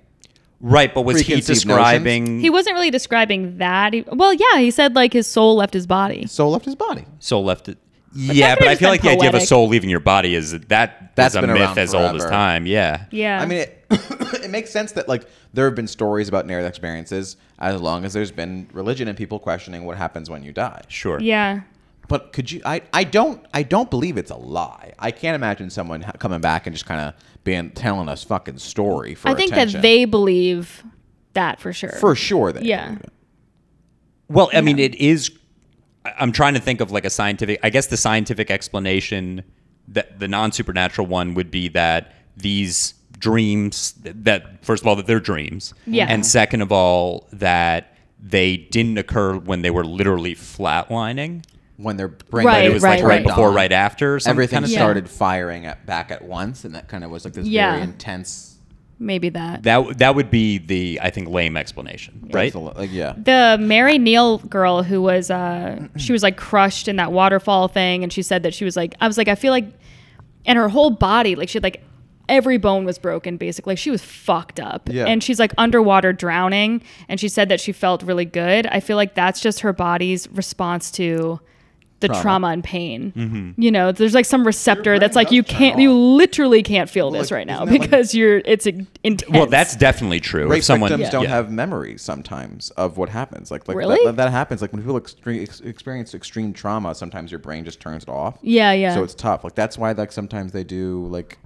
Speaker 2: Right, but was he
Speaker 1: Preconceived notions.
Speaker 2: describing
Speaker 3: He wasn't really describing that. He, well, yeah, he said like his soul left his body.
Speaker 1: Soul left his body.
Speaker 2: soul left it? yeah,
Speaker 3: could've
Speaker 2: but I
Speaker 3: just
Speaker 2: feel
Speaker 3: been
Speaker 2: like the idea of a
Speaker 3: poetic.
Speaker 2: soul leaving your body is that
Speaker 1: That's
Speaker 2: that's a
Speaker 1: been
Speaker 2: myth
Speaker 1: around
Speaker 2: as old as
Speaker 1: forever.
Speaker 2: time. Yeah.
Speaker 3: Yeah.
Speaker 1: I mean, it, it makes sense that like there have been stories about near death experiences as long as there's been religion and people questioning what happens when you die.
Speaker 2: Sure.
Speaker 3: yeah.
Speaker 1: But could you? I, I don't I don't believe it's a lie. I can't imagine someone ha- coming back and just kind of being telling us fucking story for.
Speaker 3: I think
Speaker 1: attention.
Speaker 3: that they believe that for sure.
Speaker 1: for sure they
Speaker 3: Yeah.
Speaker 1: believe it.
Speaker 2: Well, I mean, it is. I- I'm trying to think of like a scientific. I guess the scientific explanation that the non supernatural one would be that these dreams that first of all that they're dreams,
Speaker 3: Yeah.
Speaker 2: and second of all that they didn't occur when they were literally flatlining.
Speaker 1: when their brain
Speaker 3: Right,
Speaker 2: It was like right,
Speaker 3: right.
Speaker 2: before, right after. or some
Speaker 1: everything
Speaker 2: kind of
Speaker 3: Yeah.
Speaker 1: started firing at back at once, and that kind of was like this
Speaker 3: Yeah.
Speaker 1: very intense.
Speaker 3: Maybe that.
Speaker 2: That that would be the I think lame explanation, right?
Speaker 1: That's a lo- Like, yeah.
Speaker 3: the Mary Neal girl who was uh she was like crushed in that waterfall thing and she said that she was like I was like I feel like and her whole body like she had like every bone was broken basically she was fucked up
Speaker 1: Yeah.
Speaker 3: and she's like underwater drowning and she said that she felt really good I feel like that's just her body's response to the trauma,
Speaker 1: Trauma. Mm-hmm.
Speaker 3: and pain you know there's like some receptor
Speaker 1: brain
Speaker 3: that's like
Speaker 1: does
Speaker 3: you
Speaker 1: turn
Speaker 3: can't
Speaker 1: off.
Speaker 3: you literally can't feel this
Speaker 1: like,
Speaker 3: right now
Speaker 1: isn't that like-
Speaker 3: because you're it's uh, intense
Speaker 2: Well, that's definitely true.
Speaker 1: Rape
Speaker 2: if someone
Speaker 1: victims don't
Speaker 2: yeah.
Speaker 1: have memories sometimes of what happens. Like, like
Speaker 3: Really?
Speaker 1: that, that happens. Like when people extre- ex- experience extreme trauma, sometimes your brain just turns it off.
Speaker 3: yeah yeah
Speaker 1: So it's tough. Like that's why like sometimes they do like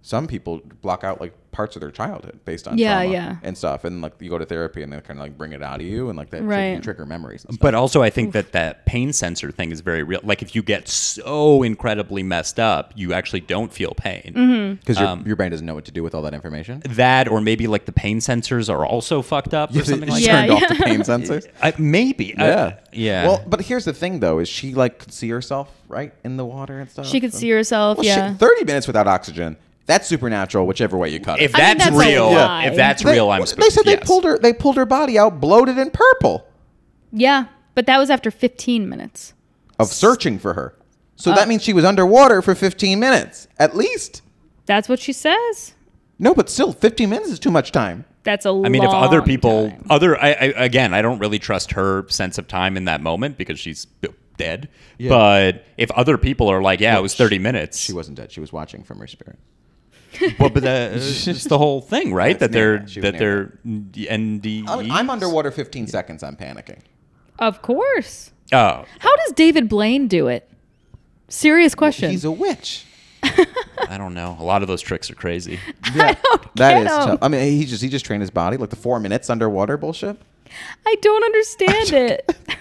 Speaker 1: some people block out like parts of their childhood based on
Speaker 3: Yeah,
Speaker 1: trauma
Speaker 3: yeah.
Speaker 1: and stuff. And like you go to therapy and they kind of like bring it out of you and like that
Speaker 3: Right.
Speaker 1: can trigger memories. And stuff.
Speaker 2: But also, I think that that pain sensor thing is very real. Like, if you get so incredibly messed up, you actually don't feel pain.
Speaker 3: Mm-hmm.
Speaker 1: Because
Speaker 2: Um,
Speaker 1: your, your brain doesn't know what to do with all that information.
Speaker 2: That, or maybe like the pain sensors are also fucked up or something like that.
Speaker 3: Yeah.
Speaker 1: turned off the pain sensors.
Speaker 2: I, maybe. I-
Speaker 1: Yeah.
Speaker 2: yeah.
Speaker 1: Well, but here's the thing though, is she like could see herself, right? In the water and stuff.
Speaker 3: she could see herself
Speaker 1: Well, shit,
Speaker 3: yeah
Speaker 1: Thirty minutes without oxygen. That's supernatural, whichever way you cut
Speaker 2: if
Speaker 1: it.
Speaker 3: I think
Speaker 2: that's,
Speaker 3: that's a
Speaker 2: real,
Speaker 3: lie.
Speaker 2: if that's
Speaker 1: They-
Speaker 2: real, I'm
Speaker 1: They said they
Speaker 2: yes.
Speaker 1: pulled her they pulled her body out bloated and purple
Speaker 3: Yeah, but that was after 15 minutes.
Speaker 1: of searching for her. So
Speaker 3: Uh,
Speaker 1: that means she was underwater for fifteen minutes. At least.
Speaker 3: That's what she says.
Speaker 1: No, but still fifteen minutes is too much time.
Speaker 3: That's a
Speaker 2: I mean, if other people, other, I, I, again, I don't really trust her sense of time in that moment because she's dead. But if other people are like, yeah, it was 30 minutes.
Speaker 1: She wasn't dead. She was watching from her spirit.
Speaker 2: well, but that, it's the whole thing, right?
Speaker 1: That's
Speaker 2: that they're
Speaker 1: near that. She was
Speaker 2: that
Speaker 1: near
Speaker 2: they're E? ND.
Speaker 1: I'm, I'm underwater fifteen seconds, I'm panicking.
Speaker 3: Of course.
Speaker 2: Oh,
Speaker 3: How does David Blaine do it? Serious question.
Speaker 1: He's a witch.
Speaker 2: I don't know. A lot of those tricks are crazy.
Speaker 1: Yeah. That
Speaker 3: get
Speaker 1: is
Speaker 3: him.
Speaker 1: tough. I mean, he just he just trained his body like the four minutes underwater bullshit.
Speaker 3: I don't understand it.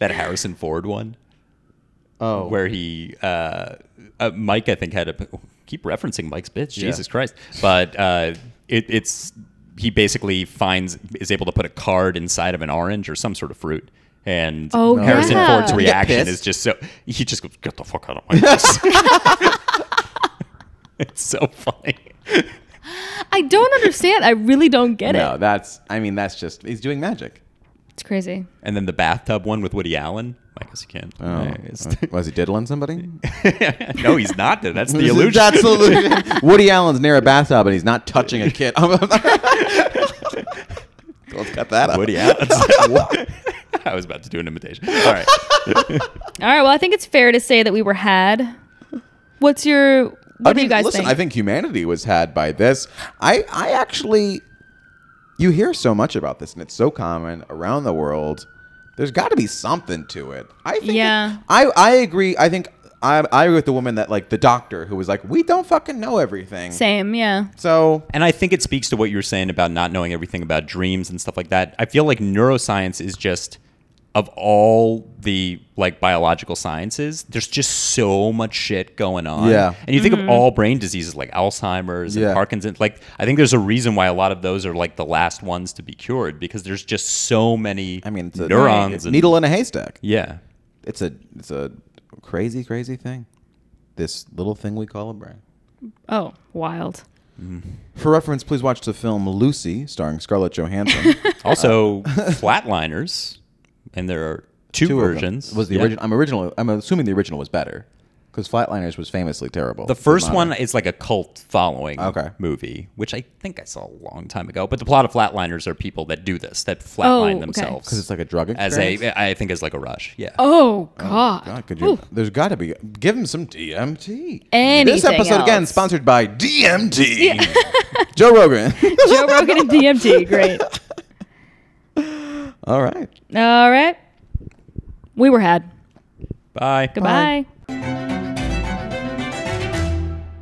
Speaker 2: That Harrison Ford one,
Speaker 1: Oh,
Speaker 2: where he, uh, uh, Mike, I think had a. Keep referencing Mike's bitch,
Speaker 1: Yeah.
Speaker 2: Jesus Christ! But uh, it, it's he basically finds is able to put a card inside of an orange or some sort of fruit. And
Speaker 3: Oh,
Speaker 2: Harrison
Speaker 3: yeah.
Speaker 2: Ford's
Speaker 3: Get
Speaker 2: reaction
Speaker 1: pissed.
Speaker 2: is just so he just goes, "Get the fuck out of my face!" it's so funny.
Speaker 3: I don't understand. I really don't get
Speaker 1: no,
Speaker 3: it.
Speaker 1: that's I mean that's just he's doing magic.
Speaker 3: It's crazy.
Speaker 2: And then the bathtub one with Woody Allen. I guess he can't.
Speaker 1: Oh. Was he diddling somebody?
Speaker 2: no, he's not. Dead. That's the
Speaker 1: This is-
Speaker 2: illusion.
Speaker 1: That's the illusion. Woody Allen's near a bathtub and he's not touching a kid. Let's cut that out.
Speaker 2: Woody Allen. I was about to do an imitation. All right.
Speaker 3: All right. Well, I think it's fair to say that we were had. What's your? What
Speaker 1: I
Speaker 3: do
Speaker 1: mean,
Speaker 3: you guys
Speaker 1: listen,
Speaker 3: think?
Speaker 1: I think humanity was had by this. I, I actually, you hear so much about this, and it's so common around the world. There's got to be something to it. I think.
Speaker 3: Yeah.
Speaker 1: I, I agree. I think I, I agree with the woman that like the doctor who was like, we don't fucking know everything.
Speaker 3: Same. Yeah.
Speaker 1: So
Speaker 2: And I think it speaks to what you were saying about not knowing everything about dreams and stuff like that. I feel like neuroscience is just of all the like biological sciences, there's just so much shit going on.
Speaker 1: Yeah.
Speaker 2: And you think of all brain diseases like Alzheimer's and
Speaker 1: Yeah.
Speaker 2: Parkinson's, like I think there's a reason why a lot of those are like the last ones to be cured because there's just so many
Speaker 1: I mean, it's a
Speaker 2: neurons and-
Speaker 1: needle in a haystack.
Speaker 2: Yeah.
Speaker 1: It's a it's a crazy crazy thing. This little thing we call a brain.
Speaker 3: Oh, wild.
Speaker 1: For reference, please watch the film Lucy, starring Scarlett Johansson.
Speaker 2: Also flatliners and there are two,
Speaker 1: Two of them.
Speaker 2: versions.
Speaker 1: was the
Speaker 2: Yeah.
Speaker 1: original. I'm original. I'm assuming the original was better because Flatliners was famously terrible.
Speaker 2: The first
Speaker 1: Not-
Speaker 2: one is like a cult following
Speaker 1: Okay.
Speaker 2: movie, which I think I saw a long time ago. But the plot of Flatliners are people that do this, that flatline
Speaker 3: Oh, okay.
Speaker 2: themselves.
Speaker 1: 'Cause it's like a drug
Speaker 2: as
Speaker 1: experience?
Speaker 2: a, I think as like a rush. Yeah.
Speaker 3: Oh God.
Speaker 1: God, could you?
Speaker 3: Ooh.
Speaker 1: There's got to be. Give him some DMT. this
Speaker 3: Anything
Speaker 1: episode again
Speaker 3: else.
Speaker 1: sponsored by DMT. Joe Rogan.
Speaker 3: Joe Rogan and DMT. Great.
Speaker 1: All right.
Speaker 3: All right. We were had.
Speaker 2: Bye.
Speaker 3: Goodbye.